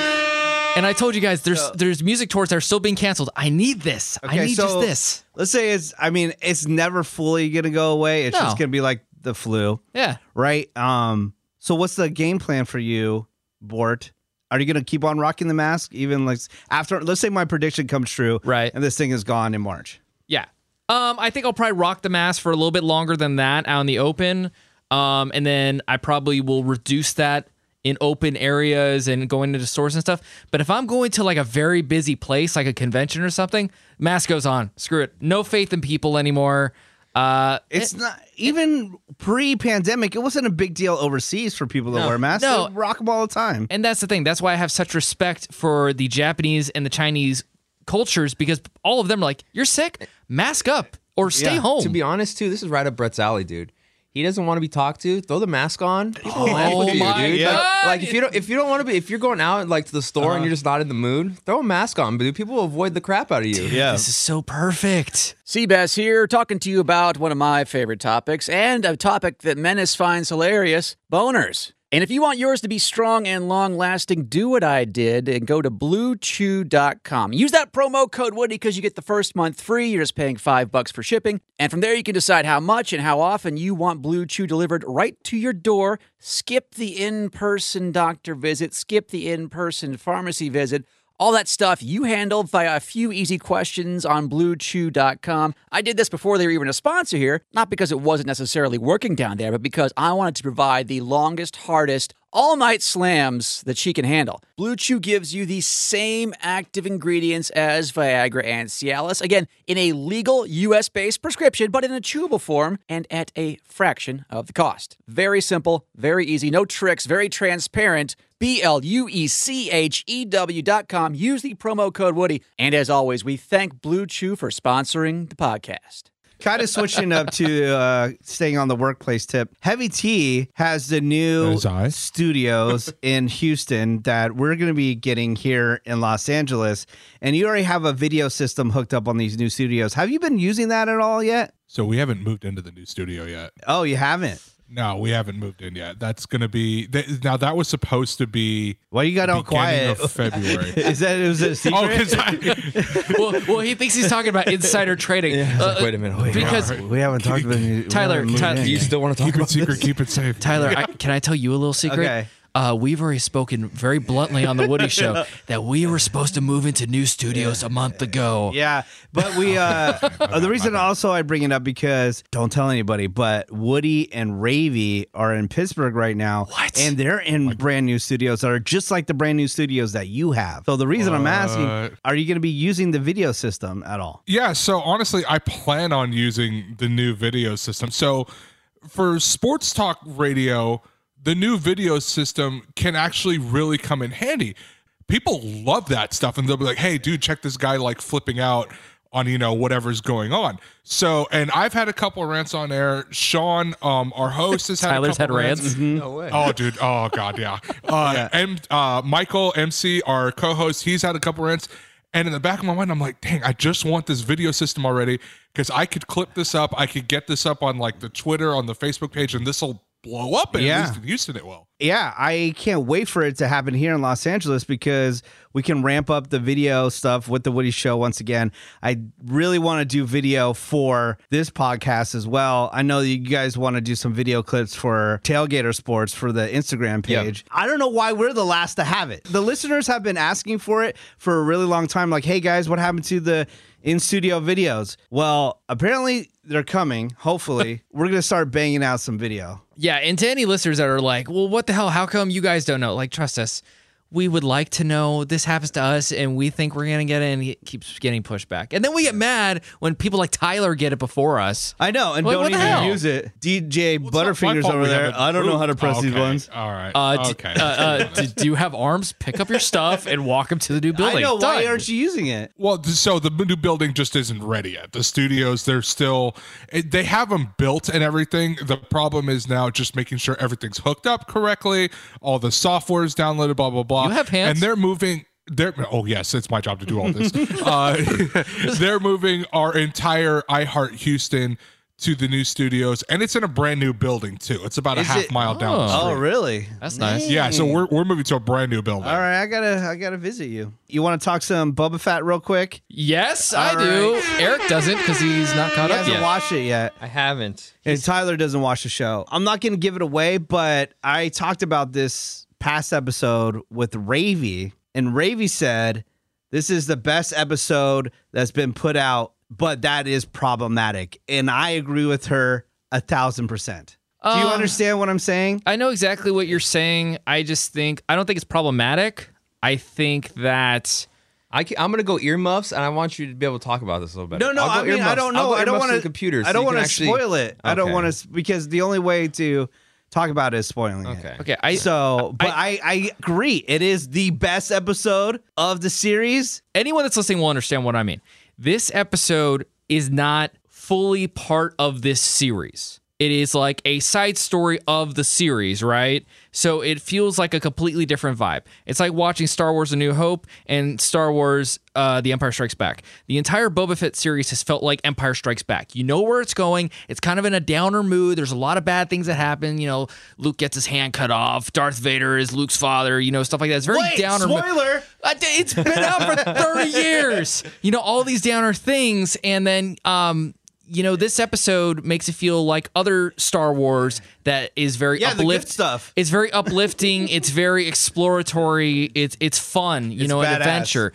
[SPEAKER 4] And I told you guys, there's there's music tours that are still being canceled. I need this. I need just this.
[SPEAKER 1] Let's say it's I mean it's never fully going to go away. It's
[SPEAKER 4] No.
[SPEAKER 1] just going to be like the flu.
[SPEAKER 4] Yeah.
[SPEAKER 1] right? Um, so what's the game plan for you, Bort? Are you gonna keep on rocking the mask even like after? Let's say my prediction comes true,
[SPEAKER 4] Right.
[SPEAKER 1] And this thing is gone in March.
[SPEAKER 4] Yeah. Um, I think I'll probably rock the mask for a little bit longer than that out in the open. Um, and then I probably will reduce that in open areas and going into stores and stuff. But if I'm going to like a very busy place, like a convention or something, mask goes on. Screw it. No faith in people anymore. Uh,
[SPEAKER 1] It's not even pre-pandemic. It wasn't a big deal overseas for people that wear masks.
[SPEAKER 4] no.
[SPEAKER 1] They rock them all the time.
[SPEAKER 4] and that's the thing. That's why I have such respect for the Japanese and the Chinese cultures because all of them are like, you're sick, mask up or stay
[SPEAKER 1] Yeah.
[SPEAKER 4] home.
[SPEAKER 2] To be honest, too, this is right up Brett's alley, dude. He doesn't want to be talked to. Throw the mask on.
[SPEAKER 1] Oh
[SPEAKER 2] People will laugh with you,
[SPEAKER 4] my
[SPEAKER 2] dude.
[SPEAKER 4] God.
[SPEAKER 2] Like, like, if you don't, if you don't want to be, if you're going out like to the store
[SPEAKER 1] Uh-huh.
[SPEAKER 2] and you're just not in the mood, throw a mask on, dude. People will avoid the crap out of you.
[SPEAKER 1] yeah.
[SPEAKER 4] this is so perfect.
[SPEAKER 5] Seabass here, talking to you about one of my favorite topics and a topic that Menace finds hilarious boners. And if you want yours to be strong and long lasting, do what I did and go to bluechew.com. Use that promo code Woody because you get the first month free. You're just paying five bucks for shipping. And from there, you can decide how much and how often you want Blue Chew delivered right to your door. Skip the in person doctor visit, skip the in person pharmacy visit. All that stuff you handled via a few easy questions on bluechew.com. I did this before they were even a sponsor here, not because it wasn't necessarily working down there, but because I wanted to provide the longest, hardest, all night slams that she can handle. Blue Chew gives you the same active ingredients as Viagra and Cialis, again, in a legal US based prescription, but in a chewable form and at a fraction of the cost. Very simple, very easy, no tricks, very transparent. B L U E C H E W dot com. Use the promo code Woody. And as always, we thank Blue Chew for sponsoring the podcast.
[SPEAKER 1] kind of switching up to uh, staying on the workplace tip. Heavy Tea has the new
[SPEAKER 3] Those eyes. (laughs)
[SPEAKER 1] studios in Houston that we're going to be getting here in Los Angeles. And you already have a video system hooked up on these new studios. Have you been using that at all yet?
[SPEAKER 3] So we haven't moved into the new studio yet.
[SPEAKER 1] Oh, you haven't.
[SPEAKER 3] No, we haven't moved in yet. That's going to be th- now. That was supposed to be
[SPEAKER 1] Why you got all
[SPEAKER 3] beginning
[SPEAKER 1] quiet?
[SPEAKER 3] of
[SPEAKER 2] (laughs)
[SPEAKER 3] February.
[SPEAKER 1] (laughs) Is that was it a secret?
[SPEAKER 3] oh, because I
[SPEAKER 4] well, well, he thinks he's talking about insider trading. Uh,
[SPEAKER 2] Wait a minute. Wait.
[SPEAKER 4] because
[SPEAKER 1] we haven't
[SPEAKER 3] (laughs)
[SPEAKER 1] talked about it.
[SPEAKER 4] Tyler,
[SPEAKER 1] We haven't
[SPEAKER 4] Tyler-
[SPEAKER 1] moved
[SPEAKER 2] Do you
[SPEAKER 1] in.
[SPEAKER 2] still want to talk
[SPEAKER 3] keep it
[SPEAKER 2] about
[SPEAKER 3] secret,
[SPEAKER 2] this?
[SPEAKER 3] keep it safe.
[SPEAKER 4] Tyler, I, can I tell you a little secret?
[SPEAKER 1] Okay.
[SPEAKER 4] Uh, we've already spoken very bluntly on the
[SPEAKER 1] (laughs)
[SPEAKER 4] Woody Show that we were supposed to move into new studios a month ago.
[SPEAKER 1] Yeah, but we. Uh, the reason also I bring it up because don't tell anybody, but Woody and Ravy are in Pittsburgh right now,
[SPEAKER 4] What?
[SPEAKER 1] and they're in brand new studios that are just like the brand new studios that you have. So the reason I'm asking, are you going to be using the video system at all?
[SPEAKER 3] Yeah, so honestly, I plan on using the new video system. So for sports talk radio, the new video system can actually really come in handy. People love that stuff and they'll be like, "Hey, dude, check this guy like flipping out on, you know, whatever's going on." So, and I've had a couple of rants on air. Sean, um our host has had
[SPEAKER 4] Tyler's
[SPEAKER 3] a
[SPEAKER 4] had
[SPEAKER 3] couple
[SPEAKER 4] rants.
[SPEAKER 2] No way.
[SPEAKER 3] (laughs) Oh, dude. Oh, god. Yeah. Uh, M- uh, Michael MC, our co-host, he's had a couple rants, and in the back of my mind, I'm like, dang, I just want this video system already because I could clip this up, I could get this up on like the Twitter, on the Facebook page, and this will blow up. And
[SPEAKER 1] Yeah.
[SPEAKER 3] At least in Houston, it will.
[SPEAKER 1] yeah, I can't wait for it to happen here in Los Angeles because we can ramp up the video stuff with the Woody Show once again. I really want to do video for this podcast as well. I know you guys want to do some video clips for Tailgater Sports for the Instagram
[SPEAKER 2] Yeah.
[SPEAKER 1] page. I don't know why we're the last to have it. The listeners have been asking for it for a really long time. Like, hey guys, what happened to the in studio videos? Well, apparently they're coming. Hopefully, (laughs) we're gonna start banging out some video.
[SPEAKER 4] Yeah, and to any listeners that are like, well, what the hell? How come you guys don't know? Like, trust us. We would like to know. This happens to us, and we think we're gonna get it, and it keeps getting pushed back. And then we get mad when people like Tyler get it before us.
[SPEAKER 1] I know, and
[SPEAKER 4] Like,
[SPEAKER 1] don't
[SPEAKER 4] what the
[SPEAKER 1] even
[SPEAKER 4] hell?
[SPEAKER 1] use it. DJ
[SPEAKER 3] Well, it's not my
[SPEAKER 1] Butterfingers
[SPEAKER 3] fault
[SPEAKER 1] over
[SPEAKER 3] we
[SPEAKER 1] there.
[SPEAKER 3] haven't
[SPEAKER 1] I don't know how to
[SPEAKER 3] moved.
[SPEAKER 1] press these
[SPEAKER 3] Okay.
[SPEAKER 1] ones.
[SPEAKER 3] All right.
[SPEAKER 4] Uh, d-
[SPEAKER 3] okay.
[SPEAKER 4] uh, uh, d- do you have arms? Pick up your stuff and walk them to the new building.
[SPEAKER 1] I know. Why
[SPEAKER 4] Done.
[SPEAKER 1] aren't you using it?
[SPEAKER 3] Well, th- so the new building just isn't ready yet. The studios, they're still, it- they have them built and everything. The problem is now just making sure everything's hooked up correctly, all the software is downloaded, blah blah blah.
[SPEAKER 4] You have hands?
[SPEAKER 3] and they're moving. They're oh yes, it's my job to do all
[SPEAKER 4] (laughs)
[SPEAKER 3] this. uh, (laughs) they're moving our entire iHeart Houston to the new studios, and it's in a brand new building too. It's about
[SPEAKER 1] Is
[SPEAKER 3] a half
[SPEAKER 1] it-
[SPEAKER 3] mile down the
[SPEAKER 4] Oh.
[SPEAKER 3] street.
[SPEAKER 1] Oh, really?
[SPEAKER 4] That's nice.
[SPEAKER 3] Yeah, so we're we're moving to a brand new building.
[SPEAKER 1] All right, I gotta, I gotta visit you. You want to talk some Boba Fett real quick?
[SPEAKER 4] Yes, I
[SPEAKER 1] All
[SPEAKER 4] do. Eric doesn't because he's not
[SPEAKER 1] He
[SPEAKER 4] caught up
[SPEAKER 1] hasn't
[SPEAKER 4] yet.
[SPEAKER 1] watched it yet.
[SPEAKER 2] I haven't.
[SPEAKER 1] And Tyler doesn't watch the show. I'm not going to give it away, but I talked about this past episode with Ravy, and Ravy said, This is the best episode that's been put out, but that is problematic. And I agree with her a thousand percent. Do you
[SPEAKER 4] Uh,
[SPEAKER 1] understand what I'm saying?
[SPEAKER 4] I know exactly what you're saying. I just think I don't think it's problematic. I think that
[SPEAKER 2] I am gonna go earmuffs, and I want you to be able to talk about this a little bit.
[SPEAKER 1] No, no. I mean, I don't know. I don't want to
[SPEAKER 2] computers.
[SPEAKER 1] I don't
[SPEAKER 2] want to
[SPEAKER 1] spoil it. I don't
[SPEAKER 2] Okay.
[SPEAKER 1] want to because the only way to talk about it is spoiling it.
[SPEAKER 2] Okay.
[SPEAKER 4] okay, I
[SPEAKER 1] So, but I, I agree. It is the best episode of the series.
[SPEAKER 4] anyone that's listening will understand what I mean. This episode is not fully part of this series. It is like a side story of the series, right? So it feels like a completely different vibe. It's like watching Star Wars A New Hope and Star Wars uh, The Empire Strikes Back. The entire Boba Fett series has felt like Empire Strikes Back. You know where it's going. It's kind of in a downer mood. There's a lot of bad things that happen. You know, Luke gets his hand cut off. Darth Vader is Luke's father, you know, stuff like that. It's very
[SPEAKER 1] Wait,
[SPEAKER 4] downer mood.
[SPEAKER 1] spoiler.
[SPEAKER 4] I d- It's been out for 30 years. You know, all these downer things. And then, um, you know, this episode makes it feel like other Star Wars that is very
[SPEAKER 1] Yeah, the good
[SPEAKER 4] uplift-
[SPEAKER 1] stuff.
[SPEAKER 4] It's
[SPEAKER 1] (laughs)
[SPEAKER 4] very uplifting. it's very exploratory. It's it's fun. You
[SPEAKER 1] It's
[SPEAKER 4] know, an
[SPEAKER 1] badass. Mm.
[SPEAKER 4] adventure.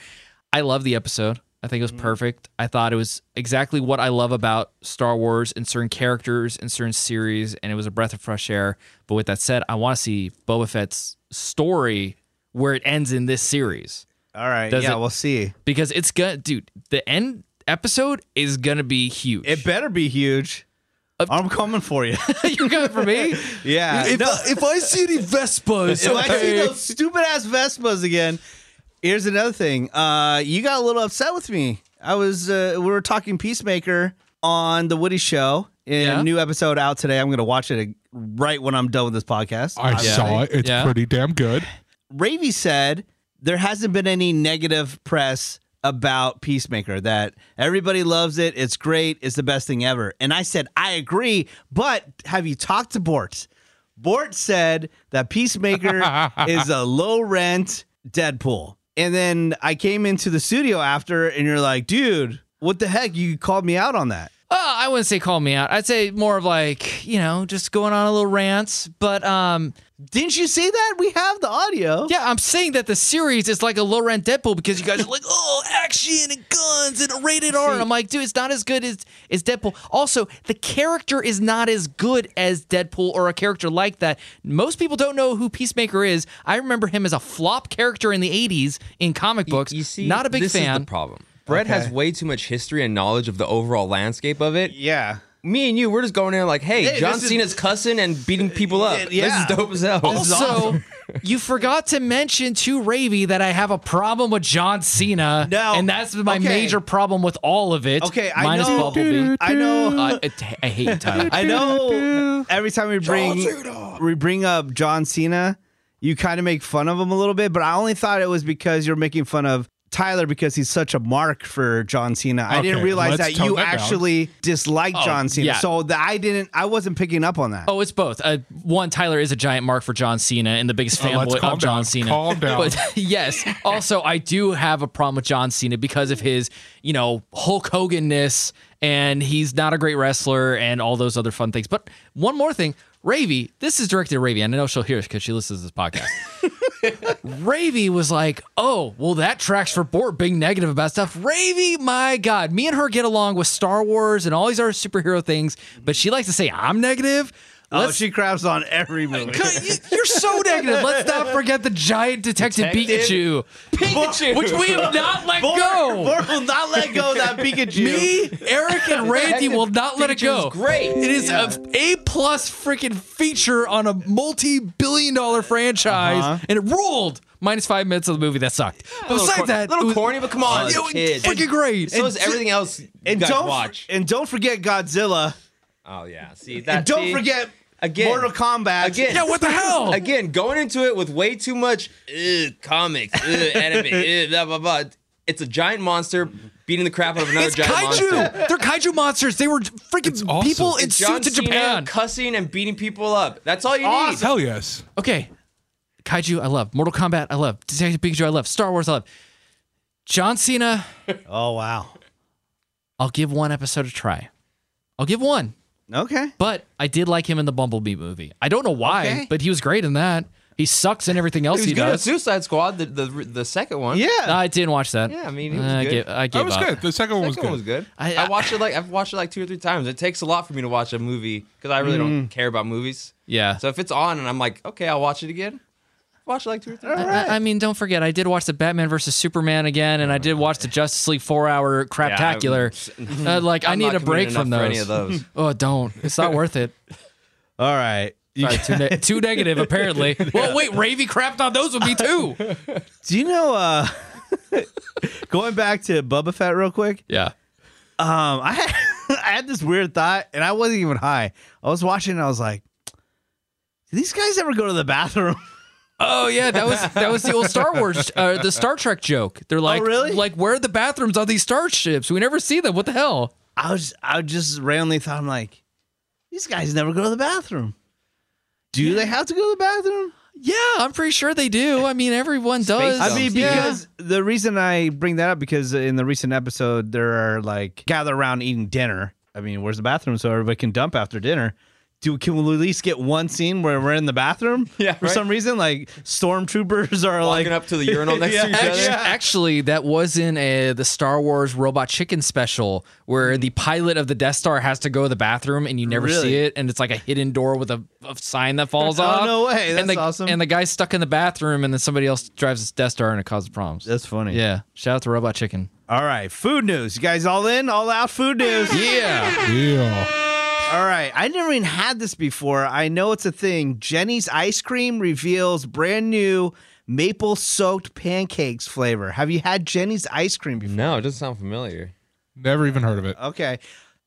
[SPEAKER 4] I love the episode. I think it was perfect. I thought it was exactly what I love about Star Wars and certain characters and certain series, and it was a breath of fresh air. But with that said, I want to see Boba Fett's story where it ends in this series
[SPEAKER 1] All right.
[SPEAKER 4] Does
[SPEAKER 1] yeah,
[SPEAKER 4] it-
[SPEAKER 1] we'll see.
[SPEAKER 4] because it's gonna, dude. The end episode is gonna be huge. (laughs)
[SPEAKER 1] It better be huge. I'm coming for (laughs) you.
[SPEAKER 4] You're coming
[SPEAKER 1] (laughs)
[SPEAKER 4] for me?
[SPEAKER 1] yeah. no,
[SPEAKER 4] if I see any (laughs) Vespas,
[SPEAKER 1] if I see those stupid ass Vespas again, here's another thing. Uh, you got a little upset with me. I was uh, we were talking Peacemaker on the Woody Show. And
[SPEAKER 4] Yeah.
[SPEAKER 1] A new episode out today. I'm gonna watch it right when I'm done with this podcast.
[SPEAKER 3] I saw it. It's
[SPEAKER 4] Yeah.
[SPEAKER 3] pretty damn good.
[SPEAKER 1] Ravy said there hasn't been any negative press about Peacemaker, that everybody loves it. It's great. It's the best thing ever. And I said, I agree. But have you talked to Bort? Bort said that Peacemaker is a low rent Deadpool. And then I came into the studio after, and you're like, dude, what the heck? You called me out on that.
[SPEAKER 4] Oh, I wouldn't say call me out. I'd say more of like, you know, just going on a little rants. But um,
[SPEAKER 1] Didn't you say that? We have the audio.
[SPEAKER 4] yeah, I'm saying that the series is like a low rent Deadpool because you guys are like, oh, action and guns and a rated R. And I'm like, dude, it's not as good as, as Deadpool. Also, the character is not as good as Deadpool or a character like that. Most people don't know who Peacemaker is. I remember him as a flop character in the 80s in comic books.
[SPEAKER 2] You see,
[SPEAKER 4] not a big
[SPEAKER 2] this Is
[SPEAKER 4] fan.
[SPEAKER 2] the problem. Brett has way too much history and knowledge of the overall landscape of it.
[SPEAKER 1] Yeah.
[SPEAKER 2] Me and you, we're just going in like, hey,
[SPEAKER 1] Hey,
[SPEAKER 2] John
[SPEAKER 1] this is-
[SPEAKER 2] Cena's cussing and beating people up.
[SPEAKER 1] Yeah.
[SPEAKER 2] This is dope as hell. (laughs)
[SPEAKER 4] Uh, Also, (laughs) you forgot to mention to Ravy that I have a problem with John Cena.
[SPEAKER 1] No.
[SPEAKER 4] And that's my
[SPEAKER 1] Okay.
[SPEAKER 4] major problem with all of it.
[SPEAKER 1] Okay, I
[SPEAKER 4] minus
[SPEAKER 1] know-
[SPEAKER 4] Bumblebee.
[SPEAKER 1] I know.
[SPEAKER 4] I, I t- I hate
[SPEAKER 1] (laughs)
[SPEAKER 4] you, Tyler.
[SPEAKER 1] I know every time we bring we bring up John Cena, you kind of make fun of him a little bit, but I only thought it was because you're making fun of Tyler because he's such a mark for John Cena. I didn't
[SPEAKER 3] Okay,
[SPEAKER 1] realize
[SPEAKER 3] let's
[SPEAKER 1] that
[SPEAKER 3] tone
[SPEAKER 1] you
[SPEAKER 3] that down.
[SPEAKER 1] actually dislike John Cena.
[SPEAKER 4] yeah.
[SPEAKER 1] So that I didn't I wasn't picking up on that.
[SPEAKER 4] Oh, it's both. Uh, one, Tyler is a giant mark for John Cena and the biggest
[SPEAKER 3] Oh,
[SPEAKER 4] fanboy
[SPEAKER 3] let's
[SPEAKER 4] of
[SPEAKER 3] calm
[SPEAKER 4] John
[SPEAKER 3] down.
[SPEAKER 4] Cena.
[SPEAKER 3] Calm down.
[SPEAKER 4] (laughs) But yes, also I do have a problem with John Cena because of his, you know, Hulk Hogan-ness, and he's not a great wrestler and all those other fun things. But one more thing, Ravy, this is directed at Ravy, and I know she'll hear it because she listens to
[SPEAKER 3] (laughs)
[SPEAKER 4] this podcast. Ravy was like, oh, well, that tracks for Bort being negative about stuff. Ravy, my God, me and her get along with Star Wars and all these other superhero things, but she likes to say I'm negative.
[SPEAKER 1] Oh,
[SPEAKER 4] Let's
[SPEAKER 1] she craps on every movie. (laughs)
[SPEAKER 4] God, you- You're so negative. Let's not forget the giant detective,
[SPEAKER 2] Detective
[SPEAKER 4] Pikachu, which
[SPEAKER 2] (laughs)
[SPEAKER 4] we have not let
[SPEAKER 1] Bort,
[SPEAKER 4] go.
[SPEAKER 1] Bort will not let go of that Pikachu.
[SPEAKER 4] Me, Eric, and Randy will not let it go.
[SPEAKER 2] Pikachu's great.
[SPEAKER 4] It is a A plus freaking feature on a multi-billion-dollar franchise, and it ruled. Minus five minutes of the movie that sucked. but besides
[SPEAKER 2] cor-
[SPEAKER 4] that,
[SPEAKER 2] Uh-huh. little
[SPEAKER 4] it was-
[SPEAKER 2] corny, but come on,
[SPEAKER 4] it was
[SPEAKER 2] kids.
[SPEAKER 4] freaking great.
[SPEAKER 2] So
[SPEAKER 4] And
[SPEAKER 2] is everything else you
[SPEAKER 1] And
[SPEAKER 2] guys
[SPEAKER 1] don't
[SPEAKER 2] watch.
[SPEAKER 1] and don't forget Godzilla.
[SPEAKER 2] Oh yeah, see that.
[SPEAKER 1] and don't
[SPEAKER 2] see?
[SPEAKER 1] forget
[SPEAKER 2] again,
[SPEAKER 1] Mortal Kombat.
[SPEAKER 2] Again,
[SPEAKER 4] yeah, what
[SPEAKER 2] (laughs)
[SPEAKER 4] the hell?
[SPEAKER 2] Again, going into it with way too much ugh, comics, ugh,
[SPEAKER 4] (laughs)
[SPEAKER 2] anime, ugh, blah blah blah. It's a giant monster beating the crap out of another
[SPEAKER 4] It's
[SPEAKER 2] giant
[SPEAKER 4] kaiju.
[SPEAKER 2] monster.
[SPEAKER 4] They're kaiju monsters. They were freaking
[SPEAKER 3] awesome.
[SPEAKER 4] people in
[SPEAKER 2] It's John
[SPEAKER 4] suits in
[SPEAKER 2] Cena
[SPEAKER 4] Japan.
[SPEAKER 2] cussing and beating people up. That's all you need.
[SPEAKER 3] Hell yes.
[SPEAKER 4] okay, Kaiju, I love. Mortal Kombat, I love. Detective Pikachu, I love. Star Wars, I love. John Cena,
[SPEAKER 1] Oh wow.
[SPEAKER 4] I'll give one episode a try. I'll give one,
[SPEAKER 1] Okay.
[SPEAKER 4] but I did like him in the Bumblebee movie. I don't know why,
[SPEAKER 1] Okay.
[SPEAKER 4] but he was great in that. He sucks in everything else
[SPEAKER 2] He
[SPEAKER 4] he,
[SPEAKER 2] was good at
[SPEAKER 4] does.
[SPEAKER 2] Suicide Squad, the, the the second one.
[SPEAKER 1] Yeah.
[SPEAKER 4] I didn't watch that.
[SPEAKER 2] Yeah, I mean, he was
[SPEAKER 4] I
[SPEAKER 2] good.
[SPEAKER 4] gave, I
[SPEAKER 3] That
[SPEAKER 4] gave
[SPEAKER 3] was
[SPEAKER 4] up.
[SPEAKER 3] good. The second one was
[SPEAKER 2] Second
[SPEAKER 3] good.
[SPEAKER 2] one was good.
[SPEAKER 4] I-
[SPEAKER 2] I, watched it like I've watched it like two or three times. It takes a lot for me to watch a movie because I really don't care about movies.
[SPEAKER 4] Yeah.
[SPEAKER 2] So if it's on and I'm like, okay, I'll watch it again. Watch it like two or three. times.
[SPEAKER 4] I, I mean, don't forget, I did watch the Batman versus Superman again, and I did watch the Justice League four-hour craptacular. uh, like,
[SPEAKER 2] (laughs)
[SPEAKER 4] i
[SPEAKER 2] I'm
[SPEAKER 4] need
[SPEAKER 2] not
[SPEAKER 4] a break
[SPEAKER 2] committed
[SPEAKER 4] from
[SPEAKER 2] enough
[SPEAKER 4] those.
[SPEAKER 2] for any of those.
[SPEAKER 4] oh, don't. It's not
[SPEAKER 2] (laughs)
[SPEAKER 4] worth it.
[SPEAKER 1] All right. You-
[SPEAKER 4] Sorry, Uh, too, ne- (laughs) too negative, apparently. Well, wait, Ravy crapped on those with me, too.
[SPEAKER 1] Do you know uh (laughs) going back to Bubba Fett real quick?
[SPEAKER 4] Yeah.
[SPEAKER 1] Um I had (laughs) I had this weird thought and I wasn't even high. I was watching and I was like, do these guys ever go to the bathroom? (laughs)
[SPEAKER 4] Oh yeah, that was that was the old Star Wars, uh, the Star Trek joke. They're like,
[SPEAKER 1] really?
[SPEAKER 4] Like, where are the bathrooms on these starships? We never see them. What the hell?
[SPEAKER 1] I was I just randomly thought I'm like, these guys never go to the bathroom. Do they have to go to the bathroom?
[SPEAKER 4] Yeah, I'm pretty sure they do. I mean, everyone does.
[SPEAKER 1] I mean,
[SPEAKER 4] Yeah.
[SPEAKER 1] because the reason I bring that up because in the recent episode there are like gather around eating dinner. I mean, where's the bathroom so everybody can dump after dinner? Do can we at least get one scene where we're in the bathroom?
[SPEAKER 2] (laughs) Yeah,
[SPEAKER 1] For
[SPEAKER 2] right.
[SPEAKER 1] some reason, like stormtroopers are
[SPEAKER 2] Walking
[SPEAKER 1] like
[SPEAKER 2] up to the urinal next to each
[SPEAKER 4] Act-
[SPEAKER 2] other.
[SPEAKER 4] Actually, that was in a, the Star Wars Robot Chicken special where the pilot of the Death Star has to go to the bathroom and you never
[SPEAKER 1] Really?
[SPEAKER 4] see it, and it's like a hidden door with a, a sign that falls
[SPEAKER 1] Oh,
[SPEAKER 4] off.
[SPEAKER 1] no way.
[SPEAKER 4] and
[SPEAKER 1] That's
[SPEAKER 4] the,
[SPEAKER 1] awesome.
[SPEAKER 4] And the guy's stuck in the bathroom, and then somebody else drives the Death Star, and it causes problems.
[SPEAKER 1] That's funny.
[SPEAKER 4] yeah, shout out to Robot Chicken.
[SPEAKER 1] All right. Food news. You guys all in? All out food news. (laughs)
[SPEAKER 4] Yeah.
[SPEAKER 3] Yeah.
[SPEAKER 1] All right. I never even had this before. I know it's a thing. Jenny's ice cream reveals brand new maple soaked pancakes flavor. Have you had Jenny's ice cream before?
[SPEAKER 2] No, it doesn't sound familiar.
[SPEAKER 3] Never even heard of it.
[SPEAKER 1] Okay.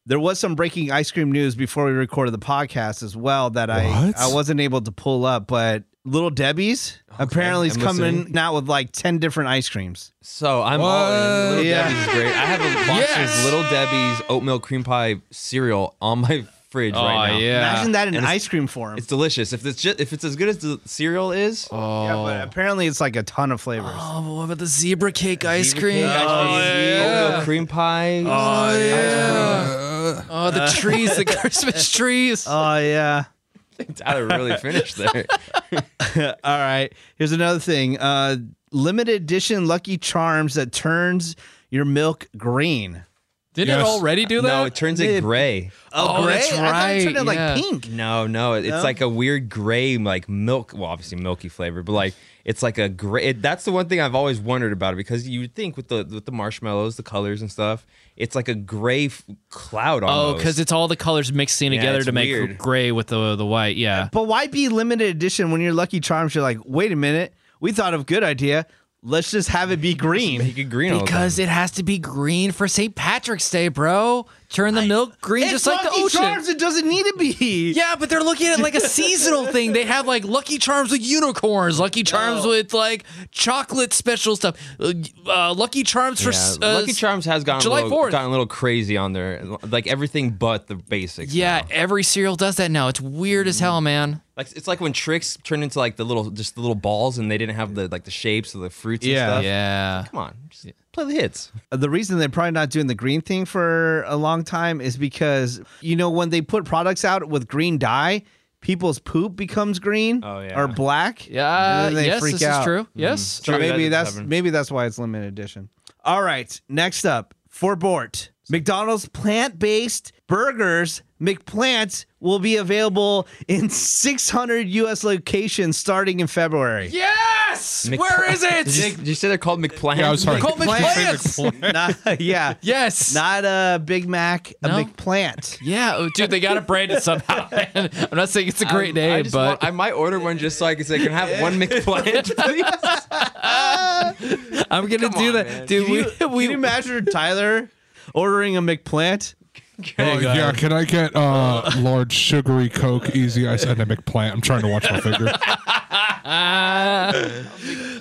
[SPEAKER 1] There was some breaking ice cream news before we recorded the podcast as well that I,
[SPEAKER 3] What?
[SPEAKER 1] I wasn't able to pull up, but Little Debbie's apparently is
[SPEAKER 2] I'm
[SPEAKER 1] coming
[SPEAKER 2] listening.
[SPEAKER 1] out with like 10 different ice creams.
[SPEAKER 2] So I'm all in. Little
[SPEAKER 1] Yeah.
[SPEAKER 2] Debbie's is great. I have a box
[SPEAKER 4] Yes.
[SPEAKER 2] of Little Debbie's oatmeal cream pie cereal on my fridge right now.
[SPEAKER 1] Imagine that in
[SPEAKER 2] And it's-
[SPEAKER 1] ice cream form.
[SPEAKER 2] It's delicious. If it's just, if it's as good as the cereal is,
[SPEAKER 1] yeah, but apparently it's like a ton of flavors.
[SPEAKER 4] Oh, but what about the zebra cake ice
[SPEAKER 2] zebra
[SPEAKER 4] cream?
[SPEAKER 2] cake,
[SPEAKER 4] Oh,
[SPEAKER 2] oatmeal
[SPEAKER 4] yeah.
[SPEAKER 2] cream pie.
[SPEAKER 4] Oh, yeah. Oh, the trees, the Christmas trees.
[SPEAKER 1] Oh, yeah.
[SPEAKER 2] Tyler really finished
[SPEAKER 4] (laughs)
[SPEAKER 2] there.
[SPEAKER 1] All right. Here's another thing. Uh, limited edition Lucky Charms that turns your milk green.
[SPEAKER 4] Didn't it
[SPEAKER 3] Yes.
[SPEAKER 4] already do that?
[SPEAKER 2] no, it turns it gray.
[SPEAKER 4] Oh, that's
[SPEAKER 1] I thought it turned
[SPEAKER 4] right,
[SPEAKER 1] it like
[SPEAKER 4] yeah.
[SPEAKER 1] pink.
[SPEAKER 2] No, no, it- it's like a weird gray, like milk. Well, obviously milky flavor, but like it's like a gray. It, that's the one thing I've always wondered about it because you would think with the with the marshmallows, the colors and stuff, it's like a gray f- cloud.
[SPEAKER 4] Oh,
[SPEAKER 2] Almost.
[SPEAKER 4] because it's all the colors mixing
[SPEAKER 2] Yeah,
[SPEAKER 4] together
[SPEAKER 2] it's
[SPEAKER 4] to make
[SPEAKER 2] weird.
[SPEAKER 4] gray with the the white. Yeah.
[SPEAKER 1] But why be limited edition when your Lucky Charms? You're like, wait a minute, we thought of good idea. Let's just have
[SPEAKER 4] (laughs)
[SPEAKER 1] it be green.
[SPEAKER 2] Make it green all the time.
[SPEAKER 4] Because it has to be green for St. Patrick's Day, bro. Turn the milk green
[SPEAKER 1] It's
[SPEAKER 4] just like the
[SPEAKER 1] Lucky
[SPEAKER 4] ocean.
[SPEAKER 1] Charms, It doesn't need to be.
[SPEAKER 4] Yeah, but they're looking at it like a seasonal thing. They have like Lucky Charms with unicorns, Lucky Charms with like chocolate special stuff, uh, uh, Lucky Charms for s-
[SPEAKER 2] Yeah,
[SPEAKER 4] uh,
[SPEAKER 2] Lucky
[SPEAKER 4] s-
[SPEAKER 2] Charms has gotten
[SPEAKER 4] July
[SPEAKER 2] a little,
[SPEAKER 4] 4th.
[SPEAKER 2] gotten a little crazy on there, like everything but the basics.
[SPEAKER 4] Yeah,
[SPEAKER 2] now.
[SPEAKER 4] every cereal does that now. It's weird as hell, man.
[SPEAKER 2] like it's like when tricks turned into like the little, just the little balls, and they didn't have the like the shapes of the fruits. and
[SPEAKER 1] Yeah.
[SPEAKER 2] stuff.
[SPEAKER 4] Yeah.
[SPEAKER 2] Come on, just play the hits.
[SPEAKER 1] Uh, The reason they're probably not doing the green thing for a long time is because you know when they put products out with green dye, people's poop becomes green
[SPEAKER 2] Oh, yeah.
[SPEAKER 1] or black.
[SPEAKER 4] Yeah. uh,
[SPEAKER 1] and then they
[SPEAKER 4] yes,
[SPEAKER 1] freak
[SPEAKER 4] this
[SPEAKER 1] out.
[SPEAKER 4] is true. Yes.
[SPEAKER 1] So
[SPEAKER 2] True, that
[SPEAKER 1] maybe
[SPEAKER 2] does
[SPEAKER 1] that's
[SPEAKER 2] happen.
[SPEAKER 1] maybe that's why it's limited edition. All right, next up for Bort. McDonald's plant-based burgers McPlant will be available in 600 U.S. locations starting in February.
[SPEAKER 4] Yes.
[SPEAKER 2] Mc-
[SPEAKER 4] Where
[SPEAKER 2] (laughs)
[SPEAKER 4] is
[SPEAKER 2] Did you,
[SPEAKER 4] it?
[SPEAKER 2] did you say they're called McPlant?
[SPEAKER 3] Yeah, I'm sorry.
[SPEAKER 4] Call McPlants.
[SPEAKER 1] Not, (laughs) yeah,
[SPEAKER 4] Yes.
[SPEAKER 1] not a Big Mac, a
[SPEAKER 4] No?
[SPEAKER 1] McPlant.
[SPEAKER 4] yeah, oh, dude, they got to brand it somehow. (laughs) man. I'm not saying it's a great
[SPEAKER 2] I-
[SPEAKER 4] name,
[SPEAKER 2] I just
[SPEAKER 4] but
[SPEAKER 2] want- I might order one just so I can say, can I have one McPlant, please?
[SPEAKER 4] I'm gonna do
[SPEAKER 2] on,
[SPEAKER 4] that,
[SPEAKER 2] man.
[SPEAKER 4] dude.
[SPEAKER 1] (laughs) Can you,
[SPEAKER 4] we we
[SPEAKER 1] can you imagine Tyler ordering a McPlant?
[SPEAKER 3] Uh, yeah, can I get uh, large sugary Coke, easy ice, and a McPlant? I'm trying to watch my figure.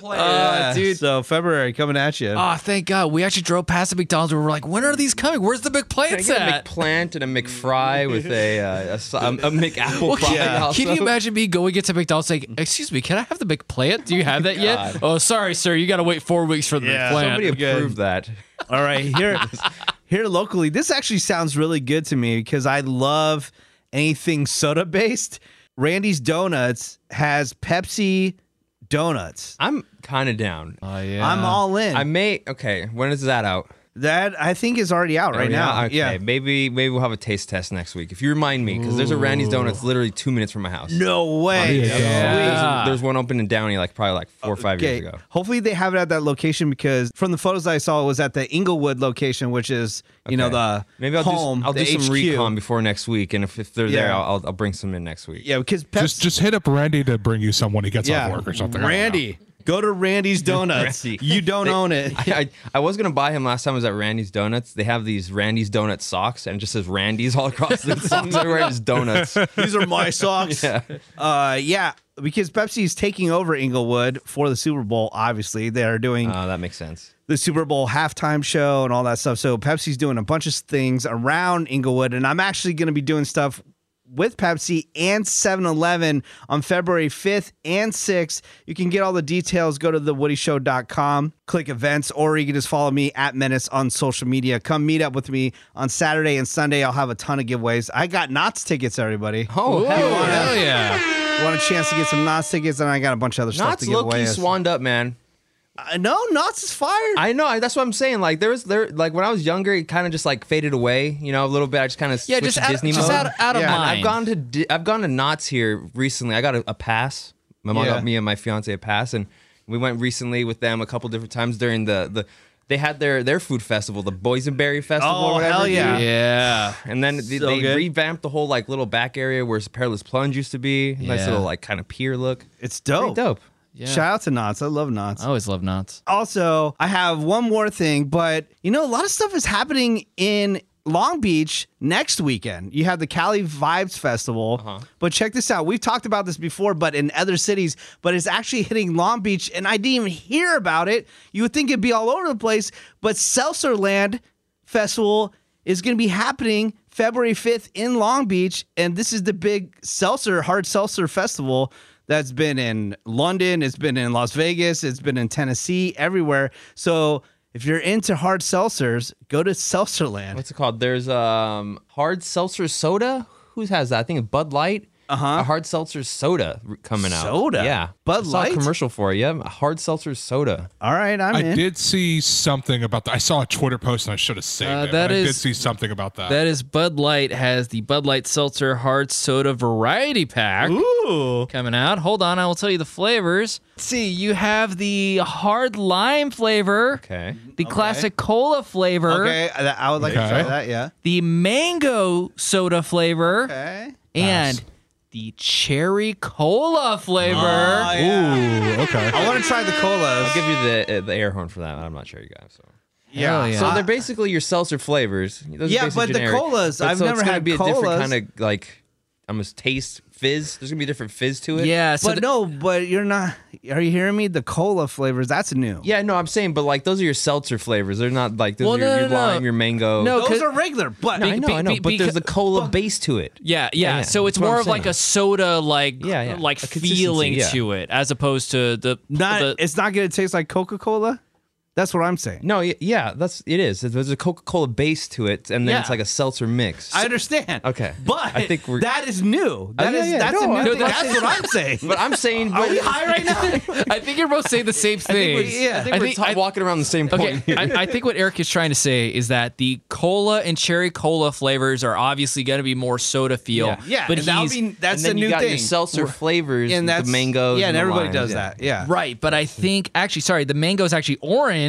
[SPEAKER 4] Uh, dude.
[SPEAKER 1] So February coming at you.
[SPEAKER 4] Oh, thank God. We actually drove past the McDonald's. We were like, when are these coming? Where's the
[SPEAKER 2] Can I
[SPEAKER 4] McPlants
[SPEAKER 2] get a
[SPEAKER 4] at?
[SPEAKER 2] McPlant and a McFry with a uh, a, so- um, a McApple
[SPEAKER 4] Well,
[SPEAKER 2] pie?
[SPEAKER 4] can,
[SPEAKER 2] also?
[SPEAKER 4] can you imagine me going into McDonald's like, excuse me, can I have the McPlant? Do you have that yet? Oh, sorry, sir. You got to wait four weeks for the
[SPEAKER 1] Yeah.
[SPEAKER 4] McPlant.
[SPEAKER 2] Somebody approved that.
[SPEAKER 1] All right,
[SPEAKER 2] (laughs)
[SPEAKER 1] here, here locally, this actually sounds really good to me because I love anything soda based. Randy's Donuts has Pepsi donuts.
[SPEAKER 2] I'm kind of down.
[SPEAKER 3] Uh,
[SPEAKER 4] Oh, yeah.
[SPEAKER 1] I'm all in.
[SPEAKER 2] I may. Okay, when is that out?
[SPEAKER 1] that I think is already out right
[SPEAKER 2] Oh, yeah?
[SPEAKER 1] now.
[SPEAKER 2] Okay,
[SPEAKER 1] Yeah.
[SPEAKER 2] maybe maybe we'll have a taste test next week if you remind me because there's a Randy's Donuts literally two minutes from my house.
[SPEAKER 1] No way.
[SPEAKER 2] There's,
[SPEAKER 4] Yeah.
[SPEAKER 2] there's one open in Downey like probably like four or five
[SPEAKER 1] Okay.
[SPEAKER 2] years ago.
[SPEAKER 1] Hopefully they have it at that location because from the photos I saw it was at the Inglewood location, which is you know
[SPEAKER 2] Okay.
[SPEAKER 1] the
[SPEAKER 2] maybe I'll
[SPEAKER 1] home.
[SPEAKER 2] do, s- I'll
[SPEAKER 1] the
[SPEAKER 2] do some
[SPEAKER 1] HQ.
[SPEAKER 2] recon before next week, and if, if they're there,
[SPEAKER 1] Yeah.
[SPEAKER 2] I'll, I'll I'll bring some in next week.
[SPEAKER 1] Yeah, because Pepsi.
[SPEAKER 3] just just hit up Randy to bring you some when he gets
[SPEAKER 1] yeah,
[SPEAKER 3] off work or something. I don't know.
[SPEAKER 1] Randy, go to
[SPEAKER 2] (laughs)
[SPEAKER 1] Randy's Donuts.
[SPEAKER 2] Randy.
[SPEAKER 1] You don't
[SPEAKER 2] They-
[SPEAKER 1] own it.
[SPEAKER 2] I, (laughs) I, I was gonna buy him last time I was at Randy's Donuts. They have these Randy's Donut socks, and it just says Randy's all
[SPEAKER 1] (laughs)
[SPEAKER 2] across the socks everywhere. Just donuts. Uh,
[SPEAKER 1] These are
[SPEAKER 2] (laughs)
[SPEAKER 1] my socks. yeah. Uh, yeah, because Pepsi is taking over Inglewood for the Super Bowl. Obviously, they are doing
[SPEAKER 2] Uh, that makes sense.
[SPEAKER 1] the Super Bowl halftime show and all that stuff. So Pepsi's doing a bunch of things around Inglewood, and I'm actually going to be doing stuff with Pepsi and 7-Eleven on February 5th and 6th. You can get all the details. Go to thewoodyshow.com, click events, or you can just follow me at Menace on social media. Come meet up with me on Saturday and Sunday. I'll have a ton of giveaways. I got Knots tickets, everybody.
[SPEAKER 2] Oh, hell yeah.
[SPEAKER 4] Hell yeah.
[SPEAKER 1] Want a chance to get some Knots tickets, and I got a bunch of other stuff
[SPEAKER 2] Knott's
[SPEAKER 1] to give
[SPEAKER 2] low
[SPEAKER 1] away.
[SPEAKER 2] key swanned up, man.
[SPEAKER 1] Uh, no, Knots is fired.
[SPEAKER 2] I know. I- That's what I'm saying. Like there was there like when I was younger, it kind of just like faded away, you know, a little bit. I just kind of
[SPEAKER 4] Yeah, just out,
[SPEAKER 2] Disney
[SPEAKER 4] just
[SPEAKER 2] mode.
[SPEAKER 4] out, out of
[SPEAKER 1] Yeah.
[SPEAKER 4] mind.
[SPEAKER 2] I've gone to Di- I've gone to Knott's here recently. I got a, a pass. My mom
[SPEAKER 1] Yeah.
[SPEAKER 2] got me and my fiance a pass, and we went recently with them a couple different times during the the. They had their their food festival, the Boysenberry Festival.
[SPEAKER 1] Oh,
[SPEAKER 2] or whatever,
[SPEAKER 1] hell
[SPEAKER 2] dude.
[SPEAKER 1] yeah.
[SPEAKER 4] Yeah.
[SPEAKER 2] And then they,
[SPEAKER 1] So
[SPEAKER 2] they
[SPEAKER 1] good.
[SPEAKER 2] revamped the whole like little back area where Perilous Plunge used to be. Nice
[SPEAKER 4] Yeah.
[SPEAKER 2] little like kind of pier look.
[SPEAKER 1] It's
[SPEAKER 2] Pretty
[SPEAKER 1] dope.
[SPEAKER 2] dope. Oh.
[SPEAKER 4] Yeah.
[SPEAKER 1] Shout out to Knots. I love Knots.
[SPEAKER 4] I always love knots.
[SPEAKER 1] Also, I have one more thing, but you know, a lot of stuff is happening in Long Beach next weekend. You have the Cali Vibes Festival, but check this out. We've talked about this before, but in other cities, but it's actually hitting Long Beach, and I didn't even hear about it. You would think it'd be all over the place, but Seltzerland Festival is going to be happening February 5th in Long Beach. And this is the big seltzer, hard seltzer festival that's been in London, it's been in Las Vegas, it's been in Tennessee, everywhere. So if you're into hard seltzers, go to Seltzerland.
[SPEAKER 2] What's it called? There's um hard seltzer soda. Who has that? I think it's Bud Light. Uh huh. A hard seltzer soda r- coming out.
[SPEAKER 1] Soda?
[SPEAKER 2] Yeah.
[SPEAKER 1] Bud
[SPEAKER 2] I saw
[SPEAKER 1] Light?
[SPEAKER 2] a commercial for it. Yeah. A hard seltzer soda.
[SPEAKER 1] All right, I'm
[SPEAKER 3] I
[SPEAKER 1] in.
[SPEAKER 3] did see something about that. I saw a Twitter post and I should have saved
[SPEAKER 4] Uh,
[SPEAKER 3] it.
[SPEAKER 4] that
[SPEAKER 3] but I did
[SPEAKER 4] is-
[SPEAKER 3] see something about that.
[SPEAKER 4] That is Bud Light has the Bud Light Seltzer Hard Soda Variety Pack.
[SPEAKER 1] Ooh.
[SPEAKER 4] coming out. Hold on, I will tell you the flavors. Let's see, you have the hard lime flavor,
[SPEAKER 2] Okay.
[SPEAKER 4] the classic cola flavor,
[SPEAKER 1] Okay, I, I would like to try
[SPEAKER 3] Okay.
[SPEAKER 1] that, yeah.
[SPEAKER 4] the mango soda flavor,
[SPEAKER 1] Okay.
[SPEAKER 4] and the cherry cola flavor.
[SPEAKER 1] Oh, yeah.
[SPEAKER 3] Ooh,
[SPEAKER 1] (laughs)
[SPEAKER 3] Okay.
[SPEAKER 1] I want to try the colas.
[SPEAKER 2] I'll give you the uh, the air horn for that. I'm not sure you got it, so.
[SPEAKER 4] Hell yeah.
[SPEAKER 2] So they're basically your seltzer flavors. Those are
[SPEAKER 1] Yeah,
[SPEAKER 2] basically
[SPEAKER 1] but the
[SPEAKER 2] generic.
[SPEAKER 1] colas,
[SPEAKER 2] But
[SPEAKER 1] I've
[SPEAKER 2] so
[SPEAKER 1] never
[SPEAKER 2] it's gonna
[SPEAKER 1] had
[SPEAKER 2] be a
[SPEAKER 1] colas.
[SPEAKER 2] different kind of like I'm just taste fizz. There's gonna be a different fizz to it.
[SPEAKER 4] yeah. So
[SPEAKER 1] but
[SPEAKER 4] the-
[SPEAKER 1] no, but you're not. Are you hearing me? The cola flavors. That's new.
[SPEAKER 2] Yeah, no, I'm saying, but like those are your seltzer flavors. They're not like those
[SPEAKER 4] Well,
[SPEAKER 2] are your,
[SPEAKER 4] no,
[SPEAKER 2] your
[SPEAKER 4] no, no.
[SPEAKER 2] lime, your mango.
[SPEAKER 4] No,
[SPEAKER 1] Those
[SPEAKER 4] 'cause-
[SPEAKER 1] are regular, but
[SPEAKER 2] I know,
[SPEAKER 4] be-
[SPEAKER 2] I know,
[SPEAKER 4] be-
[SPEAKER 2] but there's
[SPEAKER 4] beca-
[SPEAKER 2] the cola base to it.
[SPEAKER 4] Yeah, yeah.
[SPEAKER 2] Yeah, yeah.
[SPEAKER 4] So it's
[SPEAKER 2] That's what
[SPEAKER 4] more
[SPEAKER 2] I'm
[SPEAKER 4] of like
[SPEAKER 2] saying.
[SPEAKER 4] a soda, like
[SPEAKER 2] Yeah, yeah.
[SPEAKER 4] like
[SPEAKER 2] A consistency,
[SPEAKER 4] feeling
[SPEAKER 2] yeah.
[SPEAKER 4] to it, as opposed to the
[SPEAKER 1] not. (laughs)
[SPEAKER 4] the-
[SPEAKER 1] it's not going to taste like Coca Cola. That's what I'm saying.
[SPEAKER 2] No, y- yeah, that's it is. There's a Coca Cola base to it, and then
[SPEAKER 4] Yeah.
[SPEAKER 2] it's like a seltzer mix.
[SPEAKER 1] I understand.
[SPEAKER 2] Okay.
[SPEAKER 1] but
[SPEAKER 2] I think we're- Oh,
[SPEAKER 1] that is new. That
[SPEAKER 2] yeah,
[SPEAKER 1] is-
[SPEAKER 2] yeah.
[SPEAKER 1] that's
[SPEAKER 2] No,
[SPEAKER 1] a
[SPEAKER 2] I
[SPEAKER 1] new
[SPEAKER 2] think
[SPEAKER 1] thing. That's
[SPEAKER 2] (laughs)
[SPEAKER 1] what I'm saying.
[SPEAKER 2] but I'm (laughs) saying,
[SPEAKER 1] Are
[SPEAKER 2] but-
[SPEAKER 1] we high right now?
[SPEAKER 4] I think you're both saying the same thing.
[SPEAKER 1] we're- yeah. I think
[SPEAKER 2] I think we're t- walking around the same point.
[SPEAKER 4] Okay,
[SPEAKER 2] (laughs)
[SPEAKER 4] I, I think what Eric is trying to say is that the cola and cherry cola flavors are obviously going to be more soda feel.
[SPEAKER 1] Yeah, yeah,
[SPEAKER 4] but
[SPEAKER 1] and that'll
[SPEAKER 4] he's
[SPEAKER 1] be- that's a
[SPEAKER 2] and then you
[SPEAKER 1] new
[SPEAKER 2] got
[SPEAKER 1] thing.
[SPEAKER 2] your seltzer flavors
[SPEAKER 1] and that's
[SPEAKER 2] the mangoes.
[SPEAKER 1] Yeah, and
[SPEAKER 2] the
[SPEAKER 1] everybody
[SPEAKER 2] limes,
[SPEAKER 1] does
[SPEAKER 2] yeah.
[SPEAKER 1] that. Yeah,
[SPEAKER 4] right. But I think actually, sorry, the mango is actually orange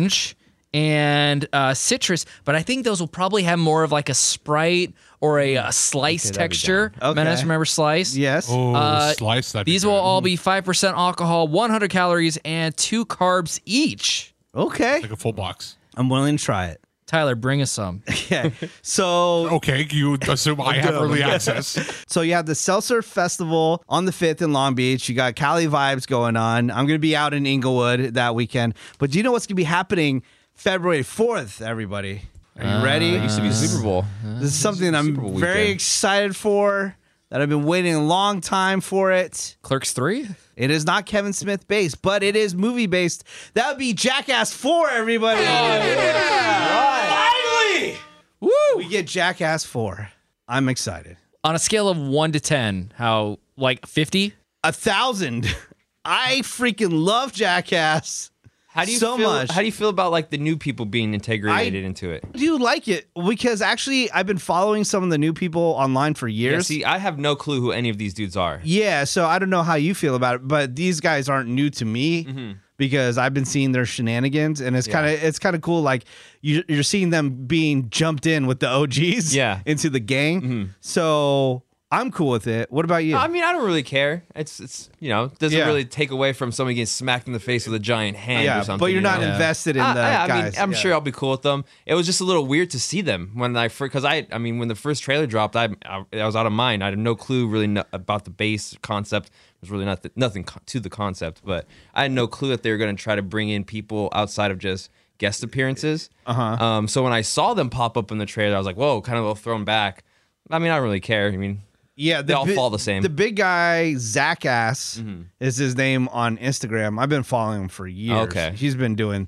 [SPEAKER 4] and uh, citrus. But I think those will probably have more of like a Sprite or a, uh slice texture.
[SPEAKER 1] Okay.
[SPEAKER 4] Menace, remember slice?
[SPEAKER 1] Yes.
[SPEAKER 3] Oh,
[SPEAKER 4] Uh,
[SPEAKER 3] slice that.
[SPEAKER 4] These will all be 5% alcohol, 100 calories, and two carbs each.
[SPEAKER 1] Okay.
[SPEAKER 3] like a full box.
[SPEAKER 1] I'm willing to try it.
[SPEAKER 4] Tyler, bring us some.
[SPEAKER 1] Okay. So
[SPEAKER 3] Okay, you assume I have early access.
[SPEAKER 1] So you have the Seltzer Festival on the 5th in Long Beach. You got Cali vibes going on. I'm going to be out in Inglewood that weekend. But do you know what's going to be happening February 4th, everybody? Are you ready?
[SPEAKER 2] Uh, It used to be Super Bowl.
[SPEAKER 1] this is something I'm
[SPEAKER 2] Super Bowl
[SPEAKER 1] very
[SPEAKER 2] weekend.
[SPEAKER 1] excited for that I've been waiting a long time for it.
[SPEAKER 4] Clerks 3?
[SPEAKER 1] It is not Kevin Smith based, but it is movie based. That would be Jackass 4, everybody. Finally! Woo! We get Jackass 4. I'm excited.
[SPEAKER 4] On a scale of 1 to 10, how, like 50?
[SPEAKER 1] a thousand. (laughs) I freaking love Jackass.
[SPEAKER 2] How do you
[SPEAKER 1] So
[SPEAKER 2] feel,
[SPEAKER 1] much.
[SPEAKER 2] How do you feel about like the new people being integrated into it?
[SPEAKER 1] I do like it because actually I've been following some of the new people online for
[SPEAKER 2] Yeah,
[SPEAKER 1] years. Yeah,
[SPEAKER 2] see, I have no clue who any of these dudes are.
[SPEAKER 1] so I don't know how you feel about it, but these guys aren't new to me
[SPEAKER 2] Mm-hmm.
[SPEAKER 1] because I've been seeing their shenanigans, and it's kind of it's kind of cool. Like you, you're seeing them being jumped in with the OGs,
[SPEAKER 2] Yeah. Mm-hmm.
[SPEAKER 1] into the gang. So I'm cool with it. What about you?
[SPEAKER 2] I mean, I don't really care. It's it's you know it doesn't
[SPEAKER 1] Yeah.
[SPEAKER 2] really take away from somebody getting smacked in the face with a giant hand or
[SPEAKER 1] yeah,
[SPEAKER 2] something.
[SPEAKER 1] but you're
[SPEAKER 2] you
[SPEAKER 1] not
[SPEAKER 2] know?
[SPEAKER 1] invested in
[SPEAKER 2] I-
[SPEAKER 1] the
[SPEAKER 2] I, I
[SPEAKER 1] guys.
[SPEAKER 2] mean, I'm
[SPEAKER 1] Yeah.
[SPEAKER 2] sure I'll be cool with them. It was just a little weird to see them when I first, because I, I mean, when the first trailer dropped, I, I, I was out of mind. I had no clue really no, about the base concept. There's really nothing, nothing co- to the concept, but I had no clue that they were going to try to bring in people outside of just guest appearances. Uh-huh. Um, so when I saw them pop up in the trailer, I was like, whoa, kind of a little thrown back. I mean, I don't really care. I mean,
[SPEAKER 1] Yeah, the
[SPEAKER 2] They all
[SPEAKER 1] bi-
[SPEAKER 2] fall the same. Mm-hmm.
[SPEAKER 1] The big guy, Zach Ass, is his name on Instagram. I've been following him for years.
[SPEAKER 2] Okay.
[SPEAKER 1] He's been doing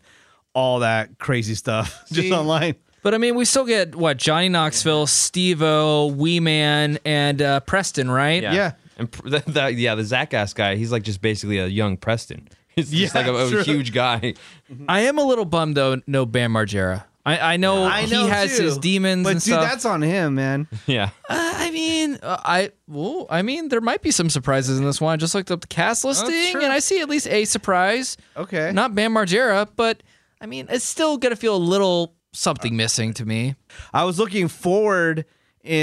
[SPEAKER 1] all that crazy stuff (laughs) just
[SPEAKER 2] See?
[SPEAKER 1] online.
[SPEAKER 4] But I mean, we still get what Johnny Knoxville, Steve O, Wee Man, and uh, Preston, right?
[SPEAKER 1] Yeah.
[SPEAKER 2] And pr- (laughs) the, the, yeah, the Zach ass guy, he's like just basically a young Preston. (laughs) He's just
[SPEAKER 1] Yeah,
[SPEAKER 2] like a, a
[SPEAKER 1] true.
[SPEAKER 2] huge guy. (laughs)
[SPEAKER 4] I am a little bummed though. No Bam Margera. I, I know he has
[SPEAKER 1] too.
[SPEAKER 4] his demons
[SPEAKER 1] But
[SPEAKER 4] and
[SPEAKER 1] dude,
[SPEAKER 4] stuff.
[SPEAKER 1] that's on him, man.
[SPEAKER 2] Yeah.
[SPEAKER 4] Uh, I mean, uh, I well, I mean, there might be some surprises in this one. I just looked up the cast listing,
[SPEAKER 3] true.
[SPEAKER 4] and I see at least a surprise.
[SPEAKER 1] Okay.
[SPEAKER 4] Not Bam Margera, but I mean, it's still gonna feel a little something missing to me.
[SPEAKER 1] I was looking forward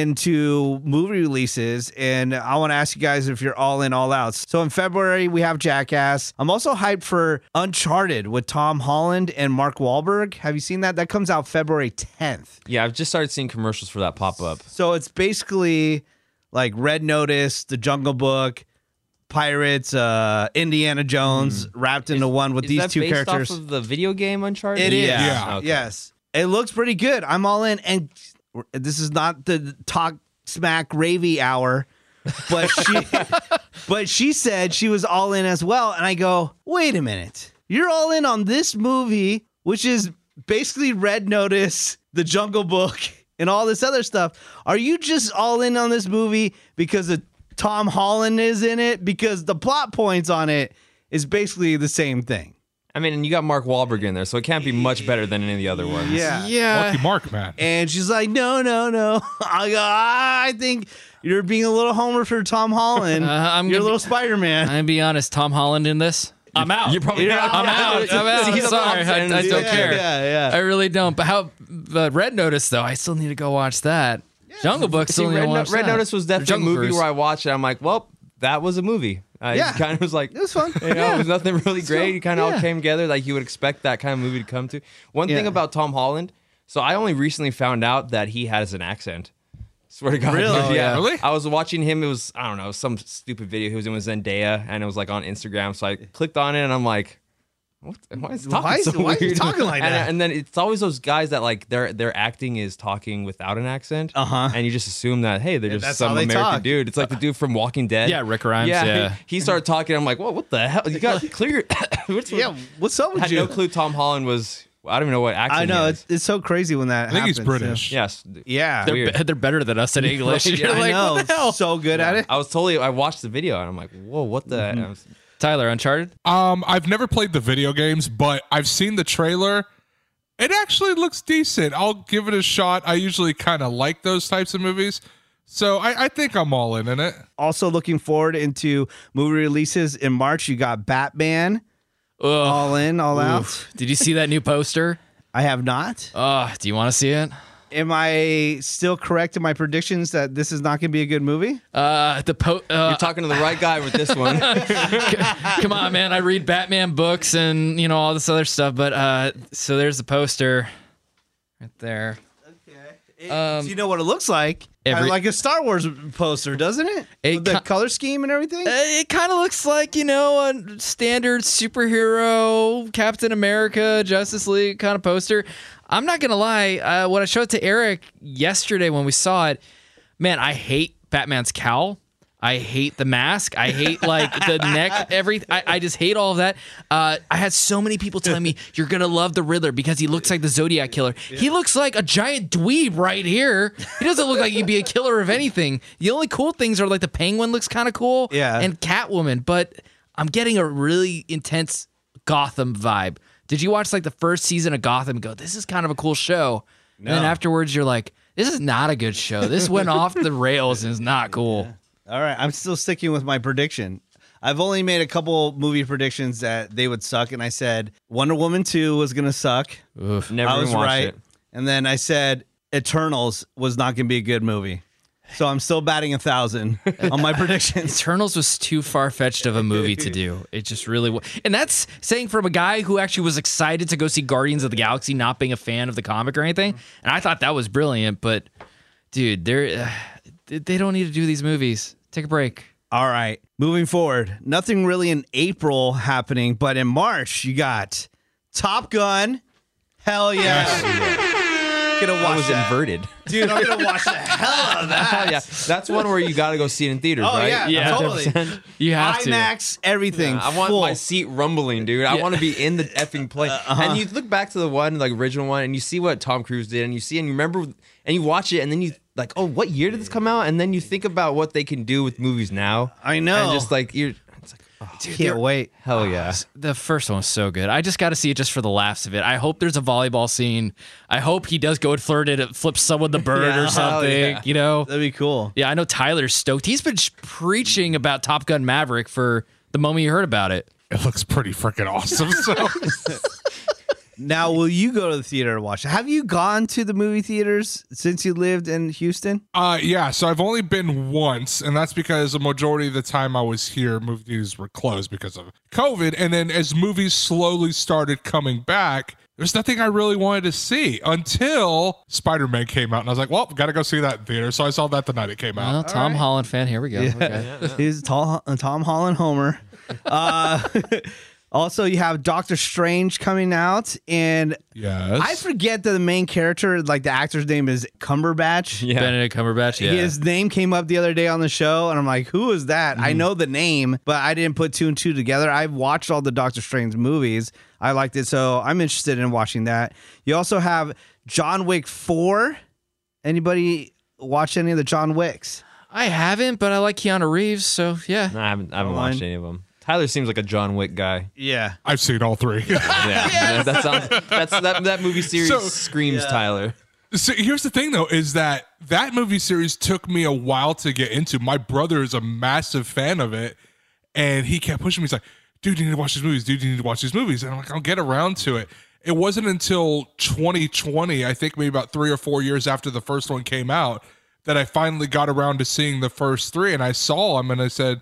[SPEAKER 1] into movie releases and I want to ask you guys if you're all in all out. So in February we have Jackass. I'm also hyped for Uncharted with Tom Holland and Mark Wahlberg. Have you seen that? That comes out February 10th.
[SPEAKER 2] Yeah, I've just started seeing commercials for that pop up.
[SPEAKER 1] So it's basically like Red Notice, The Jungle Book, Pirates, uh, Indiana Jones
[SPEAKER 4] Hmm.
[SPEAKER 1] wrapped into one with these two characters.
[SPEAKER 2] off of the video game Uncharted?
[SPEAKER 1] it is.
[SPEAKER 3] Yeah.
[SPEAKER 2] Okay.
[SPEAKER 1] Yes. It looks pretty good. I'm all in. And this is not the talk smack ravey hour. But she but she said she was all in as well. And I go, wait a minute. You're all in on this movie, which is basically Red Notice, the Jungle Book, and all this other stuff. Are you just all in on this movie because the Tom Holland is in it? Because the plot points on it is basically the same thing.
[SPEAKER 2] I mean, and you got Mark Wahlberg in there, so it can't be much better than any of the other ones.
[SPEAKER 3] Lucky Mark, man.
[SPEAKER 1] And she's like, no, no, no. (laughs) I go, "Ah, I think you're being a little homer for Tom Holland.
[SPEAKER 4] (laughs) Uh, I'm
[SPEAKER 1] you're a
[SPEAKER 4] gonna-
[SPEAKER 1] little Spider
[SPEAKER 4] (laughs) I'm
[SPEAKER 1] Man.
[SPEAKER 4] gonna be honest. Tom Holland in this, I'm out.
[SPEAKER 2] You're probably
[SPEAKER 1] You're
[SPEAKER 2] not.
[SPEAKER 1] out. (laughs)
[SPEAKER 4] I'm out. I'm
[SPEAKER 2] (laughs)
[SPEAKER 4] out.
[SPEAKER 2] He's on the
[SPEAKER 4] Sorry,
[SPEAKER 2] opposite
[SPEAKER 4] I,
[SPEAKER 2] end
[SPEAKER 4] I
[SPEAKER 2] of the
[SPEAKER 4] don't
[SPEAKER 2] spectrum.
[SPEAKER 4] care.
[SPEAKER 1] Yeah, yeah.
[SPEAKER 4] I really don't. But how? But Red Notice though, I still need to go watch that. Jungle Book
[SPEAKER 2] See,
[SPEAKER 4] still need
[SPEAKER 2] Red,
[SPEAKER 4] to
[SPEAKER 2] No-
[SPEAKER 4] watch
[SPEAKER 2] Red
[SPEAKER 4] that.
[SPEAKER 2] Notice was definitely a
[SPEAKER 4] Jungle
[SPEAKER 2] movie
[SPEAKER 4] Cruise.
[SPEAKER 2] where I watched it. I'm like, well, that was a movie. Uh,
[SPEAKER 1] Yeah.
[SPEAKER 2] It (laughs) kind of was like
[SPEAKER 1] It was fun.
[SPEAKER 2] You know, it was nothing really great. It kind of
[SPEAKER 4] yeah.
[SPEAKER 2] all came together like you would expect that kind of movie to come to. One thing
[SPEAKER 1] Yeah.
[SPEAKER 2] about Tom Holland, so I only recently found out that he has an accent. Swear to God.
[SPEAKER 1] Really?
[SPEAKER 2] (laughs) Yeah.
[SPEAKER 3] yeah. Really?
[SPEAKER 2] I was watching him. It was, I don't know, some stupid video. He was in with Zendaya and it was like on Instagram. So I clicked on it and I'm like, what? the- Why is he talking
[SPEAKER 1] Why is-
[SPEAKER 2] so
[SPEAKER 1] why is he
[SPEAKER 2] weird?
[SPEAKER 1] talking like
[SPEAKER 2] (laughs) And-
[SPEAKER 1] that?
[SPEAKER 2] And then it's always those guys that like their their acting is talking without an accent.
[SPEAKER 1] Uh-huh.
[SPEAKER 2] And you just assume that hey, they're just
[SPEAKER 1] that's
[SPEAKER 2] some
[SPEAKER 1] how they
[SPEAKER 2] American
[SPEAKER 1] talk.
[SPEAKER 2] dude. It's like the dude from Walking Dead.
[SPEAKER 4] Yeah, Rick Grimes, yeah.
[SPEAKER 2] He, he started talking. I'm like, whoa, what the hell?
[SPEAKER 1] (laughs)
[SPEAKER 2] You got clear. (laughs) What's-
[SPEAKER 1] Yeah, what's up
[SPEAKER 2] I
[SPEAKER 1] with
[SPEAKER 2] had
[SPEAKER 1] you?
[SPEAKER 2] no clue Tom Holland was. I don't even know what accent.
[SPEAKER 1] I know
[SPEAKER 2] He
[SPEAKER 1] it's,
[SPEAKER 2] has.
[SPEAKER 1] it's so crazy when that.
[SPEAKER 3] I think he's
[SPEAKER 1] happens, yeah.
[SPEAKER 3] British.
[SPEAKER 2] (laughs) Yes.
[SPEAKER 1] Yeah,
[SPEAKER 2] They're-
[SPEAKER 4] They're, be- they're better than us at English.
[SPEAKER 2] Yeah,
[SPEAKER 1] (laughs)
[SPEAKER 4] You're
[SPEAKER 1] I
[SPEAKER 4] like,
[SPEAKER 1] know.
[SPEAKER 4] what the hell?
[SPEAKER 1] So good at it.
[SPEAKER 2] I was totally. I watched the video and I'm like, whoa, what the?
[SPEAKER 1] Mm-hmm.
[SPEAKER 2] and I was-
[SPEAKER 4] Tyler, Uncharted?
[SPEAKER 3] Um, I've never played the video games, but I've seen the trailer. It actually looks decent. I'll give it a shot. I usually kind of like those types of movies, so I, I think I'm all in in it.
[SPEAKER 1] Also looking forward into movie releases in March. You got Batman,
[SPEAKER 4] Ugh.
[SPEAKER 1] All In, All Out.
[SPEAKER 4] Oof. Did you see that new poster?
[SPEAKER 1] I have not.
[SPEAKER 4] Uh, do you want to see it?
[SPEAKER 1] Am I still correct in my predictions that this is not going to be a good movie?
[SPEAKER 4] Uh, the po- uh,
[SPEAKER 2] You're talking to the right guy
[SPEAKER 1] (laughs)
[SPEAKER 2] with this one.
[SPEAKER 4] Come on, man. I read Batman books and you know all this other stuff, but uh, so there's the poster right there.
[SPEAKER 1] So you know what it looks like?
[SPEAKER 4] Um, Every-
[SPEAKER 1] Kinda like a Star Wars poster, doesn't it?
[SPEAKER 4] It
[SPEAKER 1] With the
[SPEAKER 4] ki-
[SPEAKER 1] color scheme and everything.
[SPEAKER 4] Uh, It kind of looks like you know a standard superhero Captain America Justice League kind of poster. I'm not gonna lie. Uh, when I showed it to Eric yesterday when we saw it, man, I hate Batman's cowl. I hate the mask. I hate like the neck. Every I, I just hate all of that. Uh, I had so many people telling me (laughs) you're gonna love the Riddler because he looks like the Zodiac killer. He looks like a giant dweeb right here. He doesn't look like he'd be a killer of anything. The only cool things are like the Penguin looks kind of cool,
[SPEAKER 1] Yeah.
[SPEAKER 4] and Catwoman. But I'm getting a really intense Gotham vibe. Did you watch like the first season of Gotham? and Go, this is kind of a cool show. And then afterwards, you're like, this is not a good show. This went off the rails and is not cool.
[SPEAKER 1] All right, I'm still sticking with my prediction. I've only made a couple movie predictions that they would suck, and I said Wonder Woman 2 was going to suck.
[SPEAKER 2] Never
[SPEAKER 1] I
[SPEAKER 2] even
[SPEAKER 1] was
[SPEAKER 2] watched
[SPEAKER 1] right.
[SPEAKER 2] it.
[SPEAKER 1] And then I said Eternals was not going to be a good movie. So I'm still batting a
[SPEAKER 4] (laughs)
[SPEAKER 1] thousand on my predictions.
[SPEAKER 4] Eternals was too far fetched of a movie to do. It just really was. And that's saying from a guy who actually was excited to go see Guardians of the Galaxy, not being a fan of the comic or anything. And I thought that was brilliant, but dude, they're, uh, they don't need to do these movies. Take a break.
[SPEAKER 1] All right, moving forward. Nothing really in April happening, but in March you got Top Gun. Hell yeah! gonna
[SPEAKER 2] I
[SPEAKER 1] watch
[SPEAKER 2] was
[SPEAKER 1] that,
[SPEAKER 2] inverted.
[SPEAKER 1] dude. I'm gonna watch the hell out of that.
[SPEAKER 2] yeah, that's one where you got to go see it in theaters,
[SPEAKER 1] Oh
[SPEAKER 2] right?
[SPEAKER 1] yeah,
[SPEAKER 4] Yeah.
[SPEAKER 2] (laughs)
[SPEAKER 1] totally.
[SPEAKER 4] You have to.
[SPEAKER 1] IMAX, everything.
[SPEAKER 2] I want
[SPEAKER 1] full. Uh-huh.
[SPEAKER 2] my seat rumbling, dude. I
[SPEAKER 4] Yeah.
[SPEAKER 2] want to be in the effing plane. And you look back to the one, like original one, and you see what Tom Cruise did, and you see and you remember, and you watch it, and then you like, oh, what year did this come out? And then you think about what they can do with movies now.
[SPEAKER 1] I know.
[SPEAKER 2] And just like you're, it's like, oh,
[SPEAKER 1] Can't wait. (sighs)
[SPEAKER 2] hell yeah.
[SPEAKER 4] The first one was so good. I just got to see it just for the laughs of it. I hope there's a volleyball scene. I hope he does go and flirt it, flips
[SPEAKER 1] (laughs)
[SPEAKER 4] someone the bird
[SPEAKER 1] Yeah.
[SPEAKER 4] or something.
[SPEAKER 2] yeah.
[SPEAKER 4] You know,
[SPEAKER 1] That'd be cool.
[SPEAKER 4] Yeah, I know Tyler's stoked. He's been sh- preaching about Top Gun Maverick for the moment you heard about it.
[SPEAKER 3] It looks pretty freaking awesome. (laughs) So
[SPEAKER 1] Now, will you go to the theater to watch? it? Have you gone to the movie theaters since you lived in Houston?
[SPEAKER 3] Uh, yeah. So I've only been once, and that's because the majority of the time I was here, movie theaters were closed because of COVID. And then as movies slowly started coming back, there's nothing I really wanted to see until Spider Man came out, and I was like, "Well, gotta go see that in theater." So I saw that the night it came
[SPEAKER 4] Well,
[SPEAKER 3] out.
[SPEAKER 4] Tom Holland fan, here we go. Okay.
[SPEAKER 1] He's Tom, uh, Tom Holland
[SPEAKER 2] (laughs)
[SPEAKER 1] Homer. Uh, (laughs) also, you have Doctor Strange coming out, and
[SPEAKER 3] Yes.
[SPEAKER 1] I forget that the main character, like the actor's name, is Cumberbatch.
[SPEAKER 2] Yeah.
[SPEAKER 4] Benedict Cumberbatch. Yeah.
[SPEAKER 1] His name came up the other day on the show, and I'm like, "Who is that?"
[SPEAKER 2] Hmm.
[SPEAKER 1] I know the name, but I didn't put two and two together. I've watched all the Doctor Strange movies. I liked it, so I'm interested in watching that. You also have John Wick Four. Anybody watch any of the John Wicks?
[SPEAKER 4] I haven't, but I like Keanu Reeves, so yeah.
[SPEAKER 2] No, I haven't, I haven't watched any of them. Tyler seems like a John
[SPEAKER 1] (laughs)
[SPEAKER 2] Wick guy.
[SPEAKER 1] Yeah,
[SPEAKER 3] I've seen all three.
[SPEAKER 2] Yeah, that sounds. That's that, that movie series
[SPEAKER 3] So-
[SPEAKER 2] screams Tyler.
[SPEAKER 3] So here's the thing, though, is that that movie series took me a while to get into. My brother is a massive fan of it, and he kept pushing me. He's like, "Dude, you need to watch these movies. Dude, you need to watch these movies." And I'm like, "I'll get around to it." It wasn't until 2020, I think, maybe about three or four years after the first one came out, that I finally got around to seeing the first three. And I saw them, and I said,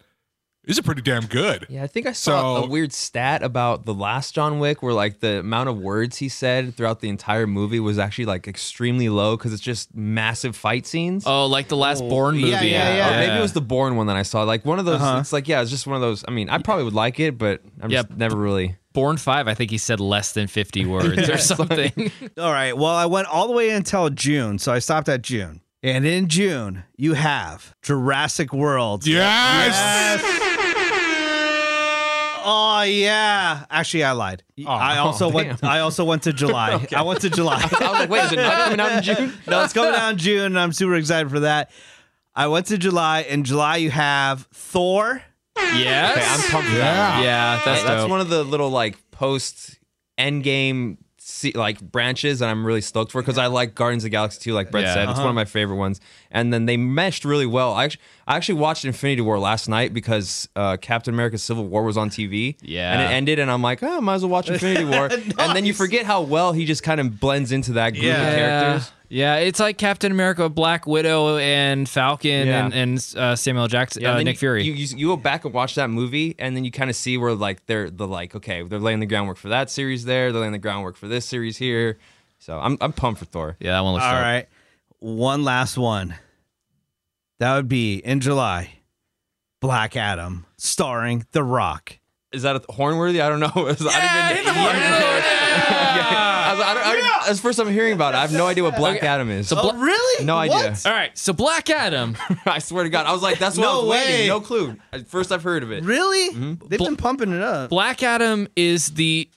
[SPEAKER 3] These are pretty damn good.
[SPEAKER 2] Yeah, I think I saw
[SPEAKER 3] So-
[SPEAKER 2] a weird stat about the last John Wick where like the amount of words he said throughout the entire movie was actually like extremely low because it's just massive fight scenes.
[SPEAKER 4] Oh, like the last Born movie.
[SPEAKER 1] yeah, yeah, yeah.
[SPEAKER 2] Or maybe it was the Bourne one that I saw. Like one of those. It's like yeah, it's just one of those. I mean, I probably would like it, but I'm
[SPEAKER 4] Yeah.
[SPEAKER 2] just never really.
[SPEAKER 4] Born Five. I think he said less
[SPEAKER 1] (laughs)
[SPEAKER 4] than fifty words or something.
[SPEAKER 1] All right. Well, I went all the way until June, so I stopped at June. And in June, you have Jurassic World.
[SPEAKER 3] Yes.
[SPEAKER 1] Oh yeah. Actually, I lied. I
[SPEAKER 2] (laughs)
[SPEAKER 1] also went. I also went to July. I went to July.
[SPEAKER 2] Oh, I was like, wait, is it not coming
[SPEAKER 1] (laughs)
[SPEAKER 2] out (laughs) in June?
[SPEAKER 1] no, it's coming out in June, and I'm super excited for that. I went to July. In July, you have Thor.
[SPEAKER 4] yes.
[SPEAKER 2] Okay, I'm pumped. for that
[SPEAKER 3] Yeah.
[SPEAKER 2] one.
[SPEAKER 4] yeah, that's
[SPEAKER 2] That's
[SPEAKER 4] dope.
[SPEAKER 2] one of the little like post Endgame se- like branches that I'm really stoked for because I like Guardians of the Galaxy too. Like Brett
[SPEAKER 4] Yeah.
[SPEAKER 2] said, it's one of my favorite ones. And then they meshed really well. I actually, I actually watched Infinity War last night because uh, Captain America: Civil War was on TV.
[SPEAKER 4] Yeah.
[SPEAKER 2] and it ended, and I'm like, oh, might as well watch Infinity War. And then you
[SPEAKER 1] Nice.
[SPEAKER 2] forget how well he just kind of blends into that group
[SPEAKER 1] Yeah.
[SPEAKER 2] of
[SPEAKER 4] yeah.
[SPEAKER 2] characters.
[SPEAKER 4] yeah, it's like Captain America, Black Widow, and Falcon,
[SPEAKER 2] Yeah.
[SPEAKER 4] and, and uh, Samuel Jackson,
[SPEAKER 2] and
[SPEAKER 4] uh,
[SPEAKER 2] then
[SPEAKER 4] Nick
[SPEAKER 2] you-
[SPEAKER 4] Fury.
[SPEAKER 2] You, you you go back and watch that movie, and then you kind of see where like they're the like okay, they're laying the groundwork for that series there. They're laying the groundwork for this series here. So I'm I'm pumped for Thor.
[SPEAKER 4] yeah, that one looks
[SPEAKER 1] All
[SPEAKER 4] dope.
[SPEAKER 1] right. One last one. That would be in July. Black Adam, starring The Rock.
[SPEAKER 2] Is that a Hornworthy? I don't know. (laughs) I don't (laughs) even- Yeah. I was- I don't- I- That's the first time I'm hearing about it. I have no idea what Black Adam is. Oh,
[SPEAKER 4] Bla-
[SPEAKER 1] really?
[SPEAKER 2] no idea.
[SPEAKER 4] All right, so
[SPEAKER 2] (laughs)
[SPEAKER 4] Black Adam.
[SPEAKER 2] I swear to God, I was like, that's what I
[SPEAKER 1] No
[SPEAKER 2] was
[SPEAKER 1] way.
[SPEAKER 2] waiting. No clue. First I've heard of it.
[SPEAKER 1] Really? They've
[SPEAKER 4] Mm-hmm. Bl-
[SPEAKER 1] been pumping it up.
[SPEAKER 4] Black Adam is the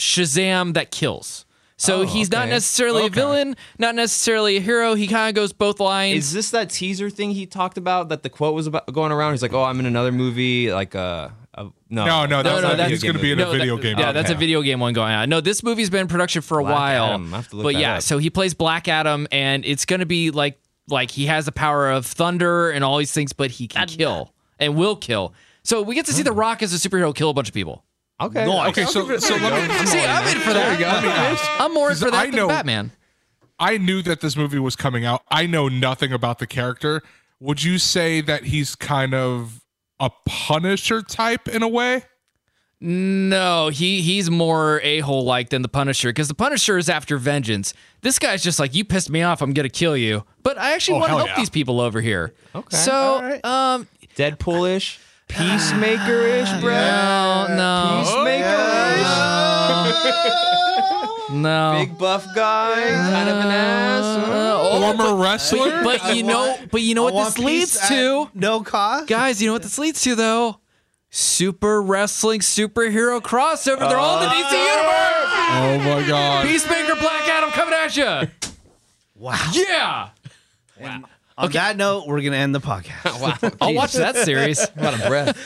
[SPEAKER 4] Shazam that kills. So he's not
[SPEAKER 2] Oh, okay.
[SPEAKER 4] necessarily a villain, not necessarily a hero. He kind of goes both lines.
[SPEAKER 2] Is this that teaser thing he talked about that the quote was about going around? He's like, oh, I'm in another movie. Like, uh, uh no,
[SPEAKER 3] No, no, that's
[SPEAKER 4] no,
[SPEAKER 3] not.
[SPEAKER 4] that's-
[SPEAKER 3] he's going to be in a
[SPEAKER 4] No,
[SPEAKER 3] video
[SPEAKER 4] that-
[SPEAKER 3] game.
[SPEAKER 4] Yeah,
[SPEAKER 3] Okay.
[SPEAKER 4] that's a video game one going on. No, this movie's been in production for a
[SPEAKER 2] Black
[SPEAKER 4] while.
[SPEAKER 2] Adam. I have to look
[SPEAKER 4] but
[SPEAKER 2] that
[SPEAKER 4] yeah,
[SPEAKER 2] up.
[SPEAKER 4] so he plays Black Adam, and it's going to be like like he has the power of thunder and all these things, but he can kill and will kill. So we get to see The Rock as a superhero kill a bunch of people.
[SPEAKER 2] Okay.
[SPEAKER 3] Okay, so so let me.
[SPEAKER 4] See, I'm in for that. I'm more in
[SPEAKER 3] Because
[SPEAKER 4] for that
[SPEAKER 3] I
[SPEAKER 4] than
[SPEAKER 3] know-
[SPEAKER 4] Batman.
[SPEAKER 3] I knew that this movie was coming out. I know nothing about the character. Would you say that he's kind of a Punisher type in a way?
[SPEAKER 4] No, he he's more a hole like than the Punisher because the Punisher is after vengeance. This guy's just like you pissed me off. I'm gonna kill you. But I actually
[SPEAKER 3] Oh,
[SPEAKER 4] want to
[SPEAKER 3] hell
[SPEAKER 4] help
[SPEAKER 3] yeah.
[SPEAKER 4] these people over here. Okay. So,
[SPEAKER 1] all right.
[SPEAKER 4] um, (sighs)
[SPEAKER 2] Deadpool-ish, Peacemaker-ish, bro. Uh,
[SPEAKER 4] no, no,
[SPEAKER 2] Peacemaker-ish.
[SPEAKER 1] Uh,
[SPEAKER 4] Oh, no.
[SPEAKER 2] Big buff guy, kind of an ass. Oh,
[SPEAKER 3] Former wrestler?
[SPEAKER 4] Oh, but you know, but you know
[SPEAKER 1] I
[SPEAKER 4] what
[SPEAKER 1] want
[SPEAKER 4] this leads
[SPEAKER 1] peace
[SPEAKER 4] to,
[SPEAKER 1] at No cost?
[SPEAKER 4] guys. You know what this leads to though. Super wrestling superhero crossover. They're all in the DC
[SPEAKER 2] Uh,
[SPEAKER 4] universe.
[SPEAKER 3] oh my god.
[SPEAKER 4] Peacemaker, Black Adam coming at you.
[SPEAKER 1] Wow.
[SPEAKER 4] Yeah,
[SPEAKER 1] On that note, we're going to end the podcast.
[SPEAKER 4] I'll watch that series.
[SPEAKER 2] Out of breath.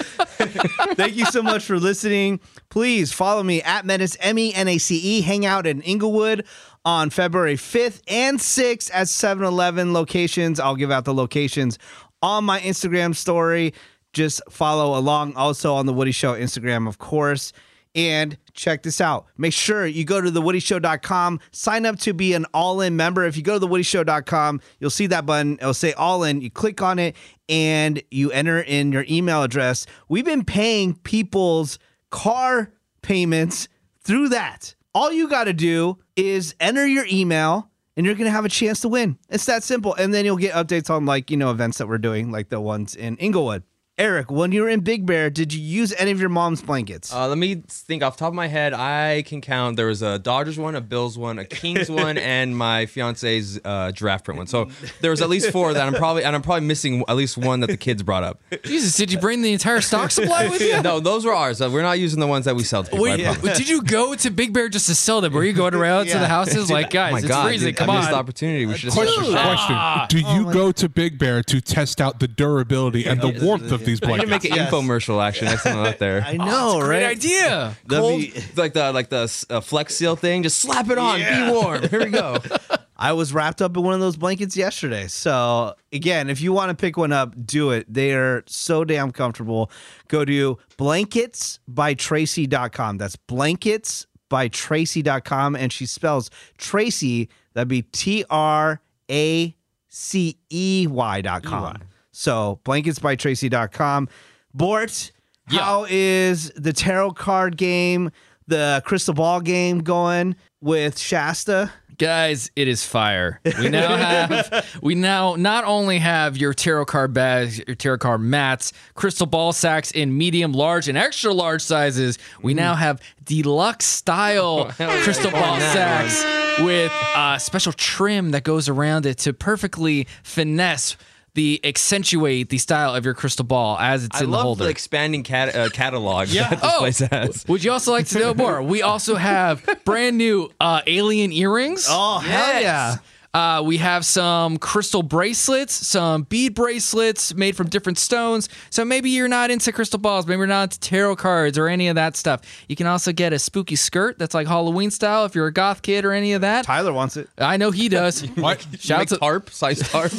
[SPEAKER 1] Thank you so much for listening. Please follow me at Menace, M E N A C E. Hang out in Inglewood on February 5th and 6th at 7 Eleven locations. I'll give out the locations on my Instagram story. Just follow along. Also on the Woody Show Instagram, of course. And check this out. Make sure you go to thewoodyshow.com, sign up to be an all in member. If you go to thewoodyshow.com, you'll see that button. It'll say all in. You click on it and you enter in your email address. We've been paying people's car payments through that. All you got to do is enter your email and you're going to have a chance to win. It's that simple. And then you'll get updates on, like, you know, events that we're doing, like the ones in Inglewood. Eric, when you were in Big Bear, did you use any of your mom's blankets?
[SPEAKER 2] Uh, let me think off the top of my head. I can count. There was a Dodgers one, a Bills one, a
[SPEAKER 4] (laughs)
[SPEAKER 2] Kings one, and my fiance's uh, draft print one. So there was at least four that I'm probably and I'm probably missing at least one that the kids brought
[SPEAKER 4] (laughs)
[SPEAKER 2] up.
[SPEAKER 4] Jesus, did you bring the entire
[SPEAKER 2] (laughs)
[SPEAKER 4] stock supply with you?
[SPEAKER 2] No, those were ours. Uh, We're not using the ones that we sell to people. I
[SPEAKER 4] Wait,
[SPEAKER 2] promise.
[SPEAKER 4] did you go to Big Bear just to sell them? Were you going around to the
[SPEAKER 2] (laughs)
[SPEAKER 4] houses like, guys,
[SPEAKER 2] Oh my
[SPEAKER 4] it's
[SPEAKER 2] God,
[SPEAKER 4] freezing,
[SPEAKER 2] dude,
[SPEAKER 4] come
[SPEAKER 2] I missed the
[SPEAKER 4] on? Uh,
[SPEAKER 2] opportunity. We should have
[SPEAKER 3] Question, question. Do you go to Big Bear to test out the durability and the warmth of these
[SPEAKER 2] I need to make
[SPEAKER 3] blankets?
[SPEAKER 2] an infomercial. Actually, next time I'm out there.
[SPEAKER 1] I know,
[SPEAKER 4] Great
[SPEAKER 1] right?
[SPEAKER 4] idea.
[SPEAKER 1] That'd
[SPEAKER 2] Cold,
[SPEAKER 1] be-
[SPEAKER 2] (laughs) like the like the s- uh, Flex Seal thing. Just slap it on. Be warm. Here we
[SPEAKER 4] (laughs)
[SPEAKER 2] go.
[SPEAKER 1] I was wrapped up in one of those blankets yesterday. So, again, if you want to pick one up, do it. They are so damn comfortable. Go to blanketsbytracy.com. That's blanketsbytracy.com. And she spells Tracy, that'd be T R A E C E Y dot com. So, blanketsbytracy.com. Bort, How is the tarot card game, the crystal ball game going with Shasta?
[SPEAKER 4] Guys, it is fire. We now have we now not only have your tarot card bags, your tarot card mats, crystal ball sacks in medium, large, and extra large sizes. We now have
[SPEAKER 2] (laughs)
[SPEAKER 4] deluxe style crystal ball sacks with uh, special trim that goes around it to perfectly finesse the accentuate the style of your crystal ball as it's
[SPEAKER 2] I
[SPEAKER 4] in
[SPEAKER 2] love
[SPEAKER 4] the holder.
[SPEAKER 2] the expanding cat- uh, catalog that this
[SPEAKER 4] Oh.
[SPEAKER 2] place has.
[SPEAKER 4] Would you also like to know more? We also have brand new uh, alien earrings.
[SPEAKER 1] Oh, hell yeah.
[SPEAKER 4] Uh, we have some crystal bracelets, some bead bracelets made from different stones. So maybe you're not into crystal balls, maybe you're not into tarot cards or any of that stuff. You can also get a spooky skirt that's like Halloween style if you're a goth kid or any of that.
[SPEAKER 1] Tyler wants it.
[SPEAKER 4] I know he does.
[SPEAKER 3] What?
[SPEAKER 4] (laughs) Shout out to,
[SPEAKER 2] tarp, size
[SPEAKER 4] (laughs)
[SPEAKER 2] tarp. (laughs)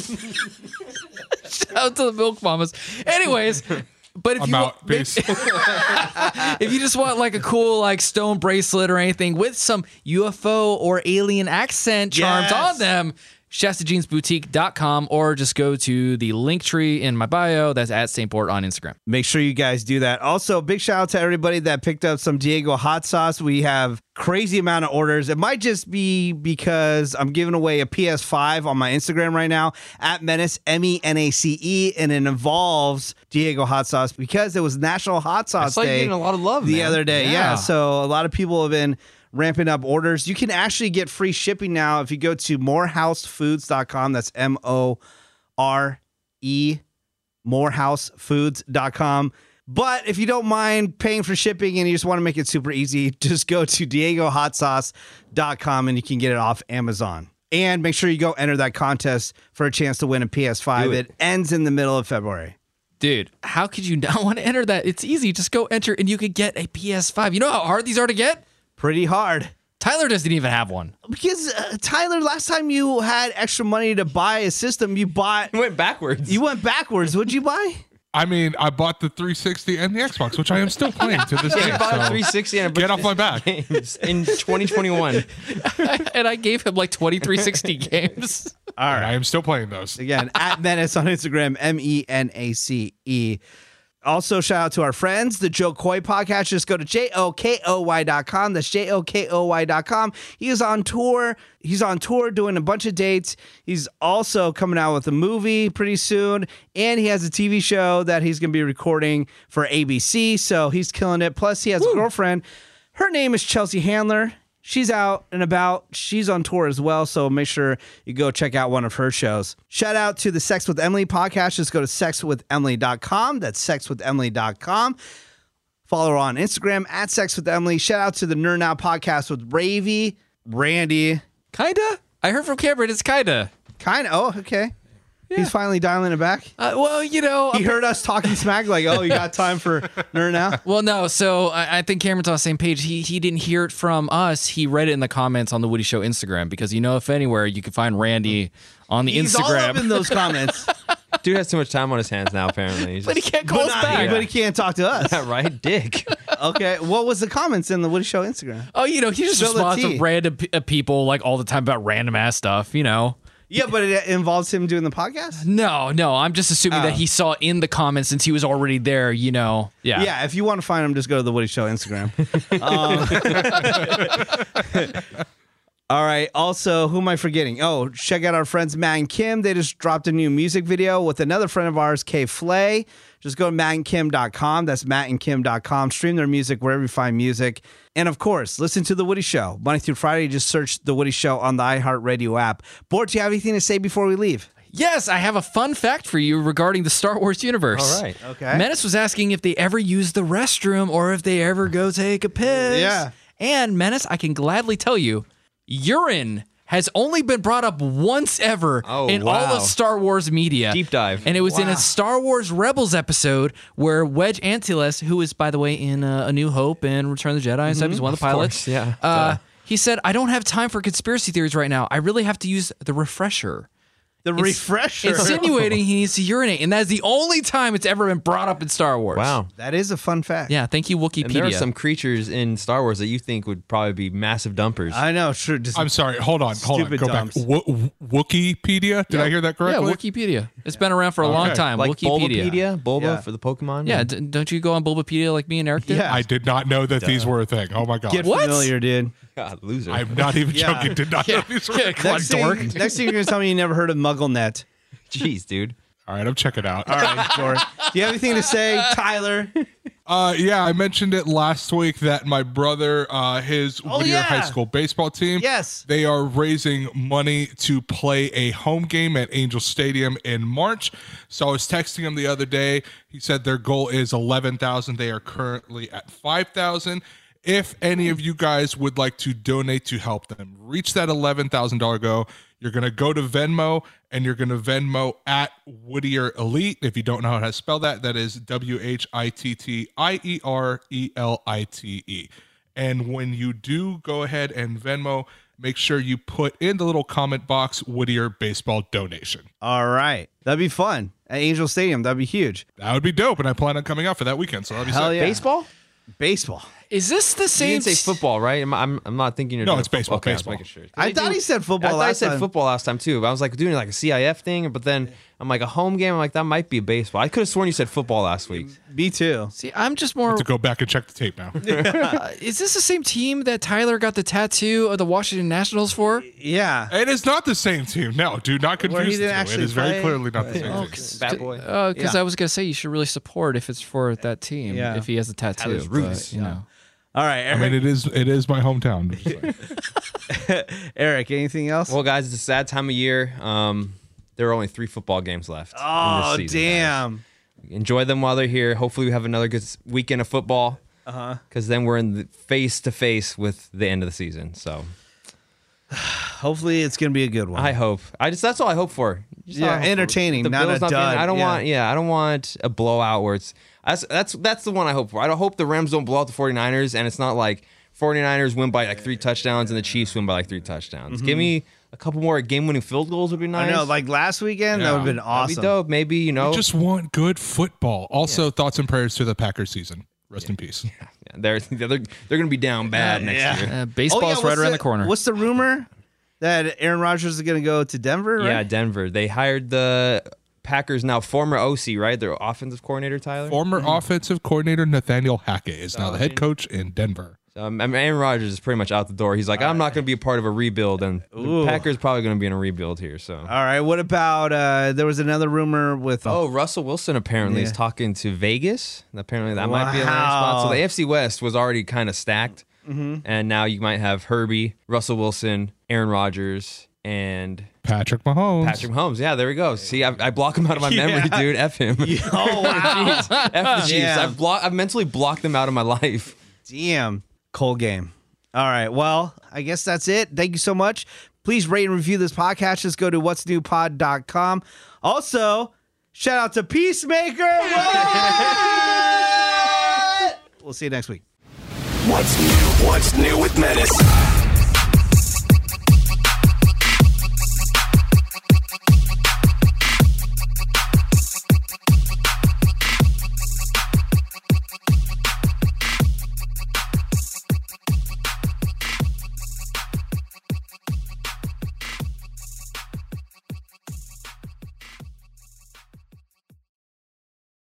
[SPEAKER 4] out to the milk mamas. Anyways, but if
[SPEAKER 3] I'm
[SPEAKER 4] you wa-
[SPEAKER 3] out. Peace.
[SPEAKER 4] (laughs) if you just want like a cool like stone bracelet or anything with some UFO or alien accent charms
[SPEAKER 1] Yes.
[SPEAKER 4] on them, ShastaJeansBoutique.com or just go to the link tree in my bio. That's at St. Port on Instagram.
[SPEAKER 1] Make sure you guys do that. Also, big shout out to everybody that picked up some Diego hot sauce. We have crazy amount of orders. It might just be because I'm giving away a PS5 on my Instagram right now at Menace M E N A C E, and it involves Diego hot sauce because it was National Hot Sauce
[SPEAKER 2] It's like
[SPEAKER 1] Day
[SPEAKER 2] getting a lot of love.
[SPEAKER 1] the
[SPEAKER 2] man.
[SPEAKER 1] other day. Yeah.
[SPEAKER 4] Yeah.
[SPEAKER 1] So a lot of people have been ramping up orders. You can actually get free shipping now if you go to morehousefoods.com. That's M O R E morehousefoods.com. But if you don't mind paying for shipping and you just want to make it super easy, (laughs) just go to diegohotsauce.com and you can get it off Amazon. And make sure you go enter that contest for a chance to win a PS5.
[SPEAKER 2] Do
[SPEAKER 1] It.
[SPEAKER 2] it.
[SPEAKER 1] ends in the middle of February.
[SPEAKER 4] Dude, how could you (laughs) not want to enter that? It's easy. Just go enter and you could get a PS5. You know how hard these are to get?
[SPEAKER 1] Pretty hard.
[SPEAKER 4] Tyler doesn't even have one. (laughs)
[SPEAKER 1] Because uh, Tyler, last time you had extra money to buy a system, you bought
[SPEAKER 2] It went backwards.
[SPEAKER 1] you went backwards. What'd you buy?
[SPEAKER 3] I mean, I bought the 360 and the Xbox, which I am still playing to this day.
[SPEAKER 2] I bought a
[SPEAKER 3] so
[SPEAKER 2] 360 and a bunch
[SPEAKER 3] get off
[SPEAKER 2] of
[SPEAKER 3] my
[SPEAKER 2] (laughs)
[SPEAKER 3] back.
[SPEAKER 2] games
[SPEAKER 4] (laughs)
[SPEAKER 2] in 2021.
[SPEAKER 4] and I gave him like 2360 (laughs) games.
[SPEAKER 3] All right. I am still playing those.
[SPEAKER 1] Again, at Menace on Instagram, M E N A C E. Also, shout out to our friends, the Joe Coy podcast. Just go to J O K O Y dot com. That's J O K O Y dot com. He is on tour. He's on tour doing a bunch of dates. He's also coming out with a movie pretty soon. And he has a TV show that he's going to be recording for ABC. So he's killing it. Plus, he has a girlfriend. Her name is Chelsea Handler. She's out and about. She's on tour as well, so make sure you go check out one of her shows. Shout out to the Sex with Emily podcast. Just go to sexwithemily.com. That's sexwithemily.com. Follow her on Instagram at Sex with Emily. Shout out to the Nerd Now podcast with Ravy, Randy.
[SPEAKER 4] Kinda? I heard from Cameron, it's kinda.
[SPEAKER 1] Kind of. Oh, okay. He's finally dialing it back.
[SPEAKER 4] Uh, well, you know,
[SPEAKER 1] He heard us talking smack, like, oh, you got time for (laughs) Nerd Now?
[SPEAKER 4] Well, no. So I, I think Cameron's on the same page. He he didn't hear it from us. He read it in the comments on the Woody Show Instagram because you know, if anywhere, you can find Randy on the
[SPEAKER 1] He's all
[SPEAKER 4] Instagram.
[SPEAKER 1] up in those comments,
[SPEAKER 2] Dude has too much time on his hands now. Apparently, He's
[SPEAKER 4] (laughs) but (laughs) he
[SPEAKER 2] just-
[SPEAKER 4] can't call
[SPEAKER 1] but,
[SPEAKER 4] us
[SPEAKER 1] not,
[SPEAKER 4] back.
[SPEAKER 1] but he can't talk to us.
[SPEAKER 2] Yeah, (laughs) right, Dick.
[SPEAKER 1] (laughs) Okay. What was the comments in the Woody Show Instagram?
[SPEAKER 4] Oh, you know, he just
[SPEAKER 1] Spill the
[SPEAKER 4] responds
[SPEAKER 1] tea.
[SPEAKER 4] to random p- uh, people like all the time about random ass stuff. You know.
[SPEAKER 1] Yeah, but it involves him doing the podcast.
[SPEAKER 4] No, no. I'm just assuming
[SPEAKER 1] Oh.
[SPEAKER 4] that he saw in the comments since he was already there. You know. Yeah.
[SPEAKER 1] Yeah, if you want to find him, just go to the Woody Show Instagram. Um, (laughs) all right. Also, who am I forgetting? Oh, check out our friends Matt and Kim. They just dropped a new music video with another friend of ours, Kay Flay. Just go to mattandkim.com. That's mattandkim.com. Stream their music wherever you find music. And of course, listen to The Woody Show. Monday through Friday, just search The Woody Show on the iHeartRadio app. Bort, do you have anything to say before we leave?
[SPEAKER 4] Yes, I have a fun fact for you regarding the Star Wars universe.
[SPEAKER 2] All right.
[SPEAKER 1] Okay.
[SPEAKER 4] Menace was asking if they ever use the restroom or if they ever go take a piss.
[SPEAKER 1] Yeah.
[SPEAKER 4] And Menace, I can gladly tell you, urine has only been brought up once ever
[SPEAKER 2] Oh,
[SPEAKER 4] in all
[SPEAKER 2] wow.
[SPEAKER 4] of Star Wars media.
[SPEAKER 2] Deep dive.
[SPEAKER 4] And it was in a Star Wars Rebels episode where Wedge Antilles, who is, by the way, in uh, A New Hope and Return of the Jedi and stuff, he's one of the pilots.
[SPEAKER 2] Mm-hmm. course, yeah.
[SPEAKER 4] Uh, he said, I don't have time for conspiracy theories right now. I really have to use the refresher
[SPEAKER 1] The refresher.
[SPEAKER 4] insinuating he needs to urinate, and that's the only time it's ever been brought up in Star
[SPEAKER 2] (laughs)
[SPEAKER 4] Wars.
[SPEAKER 2] Wow.
[SPEAKER 1] that is a fun fact.
[SPEAKER 4] Yeah, thank you, Wikipedia.
[SPEAKER 2] And there are some creatures in Star Wars that you think would probably be massive dumpers.
[SPEAKER 1] I know. Sure. Just
[SPEAKER 3] I'm sorry. Hold on. Hold on.
[SPEAKER 1] Stupid
[SPEAKER 3] Go
[SPEAKER 1] dumps.
[SPEAKER 3] back. W- Wikipedia. Did I hear that correctly?
[SPEAKER 4] Yeah, Wikipedia. It's been around for a long
[SPEAKER 3] Okay.
[SPEAKER 4] time.
[SPEAKER 2] Like
[SPEAKER 4] Wikipedia.
[SPEAKER 2] Bulbapedia, Bulba
[SPEAKER 1] Yeah.
[SPEAKER 2] for the Pokemon.
[SPEAKER 4] Yeah, d- don't you go on Bulbapedia like me and Eric did?
[SPEAKER 1] Yeah.
[SPEAKER 3] I did not know that these were a thing. Oh my god.
[SPEAKER 1] Get
[SPEAKER 4] What?
[SPEAKER 1] familiar, dude.
[SPEAKER 2] God, loser.
[SPEAKER 3] I'm not even
[SPEAKER 1] Yeah.
[SPEAKER 3] joking. Did not know these were a
[SPEAKER 4] Yeah,
[SPEAKER 3] thing.
[SPEAKER 4] come on,
[SPEAKER 1] Next thing,
[SPEAKER 4] dork.
[SPEAKER 1] next thing you're gonna tell me you never heard of MuggleNet.
[SPEAKER 2] (laughs) Jeez, dude.
[SPEAKER 3] All right, I'm checking out.
[SPEAKER 1] All right, Jordan. Do you have anything to say, Tyler?
[SPEAKER 3] Uh, yeah, I mentioned it last week that my brother, uh, his
[SPEAKER 1] Oh,
[SPEAKER 3] Whittier
[SPEAKER 1] yeah.
[SPEAKER 3] high school baseball team,
[SPEAKER 1] Yes.
[SPEAKER 3] they are raising money to play a home game at Angel Stadium in March. So I was texting him the other day. He said their goal is eleven thousand. They are currently at five thousand. If any of you guys would like to donate to help them reach that eleven thousand dollar goal, you're gonna go to Venmo and you're gonna Venmo at Whittier Elite. If you don't know how to spell that, that is W H I T T I E R E L I T E. And when you do go ahead and Venmo, make sure you put in the little comment box Whittier baseball donation.
[SPEAKER 1] All right, that'd be fun at Angel Stadium. That'd be huge.
[SPEAKER 3] That would be dope. And I plan on coming out for that weekend. So that'll be
[SPEAKER 1] Hell
[SPEAKER 3] sick.
[SPEAKER 1] yeah.
[SPEAKER 2] Baseball?
[SPEAKER 1] Baseball.
[SPEAKER 4] Is this the
[SPEAKER 2] You
[SPEAKER 4] same?
[SPEAKER 2] didn't say football, right? I'm, I'm, I'm not thinking you're
[SPEAKER 3] No,
[SPEAKER 2] doing
[SPEAKER 3] it's baseball,
[SPEAKER 2] Okay, I was
[SPEAKER 3] baseball.
[SPEAKER 2] making sure.
[SPEAKER 1] I thought he said football
[SPEAKER 2] I thought I
[SPEAKER 1] last
[SPEAKER 2] said
[SPEAKER 1] time.
[SPEAKER 2] football last time too. But I was like doing like a CIF thing, but then I'm like a home game. I'm like that might be baseball. I could have sworn you said football last week.
[SPEAKER 1] Me too.
[SPEAKER 4] See, I'm just more.
[SPEAKER 3] To go back and check the tape
[SPEAKER 1] (laughs)
[SPEAKER 3] now.
[SPEAKER 4] Is this the same team that Tyler got the tattoo of the Washington Nationals for?
[SPEAKER 1] Yeah.
[SPEAKER 3] it is not the same team. No, do not
[SPEAKER 1] Where he
[SPEAKER 3] confuse the
[SPEAKER 1] didn't
[SPEAKER 3] two. It
[SPEAKER 1] actually
[SPEAKER 3] is very
[SPEAKER 1] play.
[SPEAKER 3] clearly not the same
[SPEAKER 1] Oh,
[SPEAKER 3] team.
[SPEAKER 2] Bad boy.
[SPEAKER 4] Because
[SPEAKER 1] Yeah.
[SPEAKER 4] Uh, I was gonna say you should really support if it's for that team.
[SPEAKER 1] Yeah.
[SPEAKER 4] If he has a tattoo,
[SPEAKER 2] Tyler's
[SPEAKER 4] but,
[SPEAKER 2] roots.
[SPEAKER 4] you know.
[SPEAKER 1] All right, Eric.
[SPEAKER 3] I mean, it is it is my
[SPEAKER 1] (laughs)
[SPEAKER 3] hometown.
[SPEAKER 1] Eric, anything else?
[SPEAKER 2] Well, guys, it's a sad time of year. Um, there are only three football games left. in this
[SPEAKER 1] oh
[SPEAKER 2] season,
[SPEAKER 1] damn.
[SPEAKER 2] guys. Enjoy them while they're here. Hopefully, we have another good s- weekend of football. Uh
[SPEAKER 1] Uh-huh.
[SPEAKER 2] huh. Because then we're in the face to face with the end of the season. So
[SPEAKER 1] Hopefully, it's gonna be a good one.
[SPEAKER 2] I hope. I just that's all I hope for. Just
[SPEAKER 1] Yeah,
[SPEAKER 2] all I hope for.
[SPEAKER 1] entertaining,
[SPEAKER 2] The
[SPEAKER 1] not
[SPEAKER 2] Bills
[SPEAKER 1] a
[SPEAKER 2] being-
[SPEAKER 1] dud,
[SPEAKER 2] I don't
[SPEAKER 1] yeah.
[SPEAKER 2] want. Yeah, I don't want a blowout where it's. That's that's that's the one I hope for. I don't hope the Rams don't blow out the 49ers, and it's not like 49ers win by like three touchdowns and the Chiefs win by like three touchdowns. Give me a couple more game-winning field goals would be nice.
[SPEAKER 1] Mm-hmm. I know. Like last weekend, that
[SPEAKER 3] Yeah.
[SPEAKER 1] would have been
[SPEAKER 2] That'd
[SPEAKER 1] awesome. Oh,
[SPEAKER 2] be dope. Maybe you know.
[SPEAKER 3] (laughs) Just want good football. Also, thoughts and prayers to the Packers season. Rest in peace.
[SPEAKER 2] Yeah, (laughs) they're they're they're gonna be down bad next
[SPEAKER 1] yeah. (laughs)
[SPEAKER 2] year.
[SPEAKER 4] Uh,
[SPEAKER 1] Oh, yeah,
[SPEAKER 4] baseball's right
[SPEAKER 1] what's
[SPEAKER 4] around the, corner.
[SPEAKER 1] What's the rumor that Aaron Rodgers is gonna go to Denver? Right?
[SPEAKER 2] Yeah, Denver. They hired the Packers now former OC, right? Their offensive coordinator Tyler.
[SPEAKER 3] Former offensive coordinator Nathaniel Hackett is now the head coach in Denver.
[SPEAKER 2] Um, I mean, Aaron Rodgers is pretty much out the door. He's like, I'm not going to be a part of a rebuild, and
[SPEAKER 1] Ooh.
[SPEAKER 2] the Packers probably going to be in a rebuild here. So,
[SPEAKER 1] All right. What about uh there was another rumor with
[SPEAKER 2] oh, Russell Wilson apparently is
[SPEAKER 1] Yeah.
[SPEAKER 2] talking to Vegas. Apparently, that might be a landing
[SPEAKER 1] Wow. Mm-hmm.
[SPEAKER 2] spot. So the AFC West was already kind of stacked, and now you might have Herbie, Russell Wilson, Aaron Rodgers, and
[SPEAKER 3] Patrick Mahomes.
[SPEAKER 2] Patrick Mahomes. Yeah, there we go. See, I, I block him out of my
[SPEAKER 1] (laughs)
[SPEAKER 2] memory, dude. F him. (laughs)
[SPEAKER 1] Oh wow.
[SPEAKER 2] F the Chiefs.
[SPEAKER 1] Damn.
[SPEAKER 2] I've block. I've mentally blocked them out of my life.
[SPEAKER 1] (laughs) Damn, cold game. All right. Well, I guess that's it. Thank you so much. Please rate and review this podcast. Just go to what's what'snewpod.com. Also, shout out to (laughs) Peacemaker. What? we'll see you next week.
[SPEAKER 6] What's new? What's new with Menace?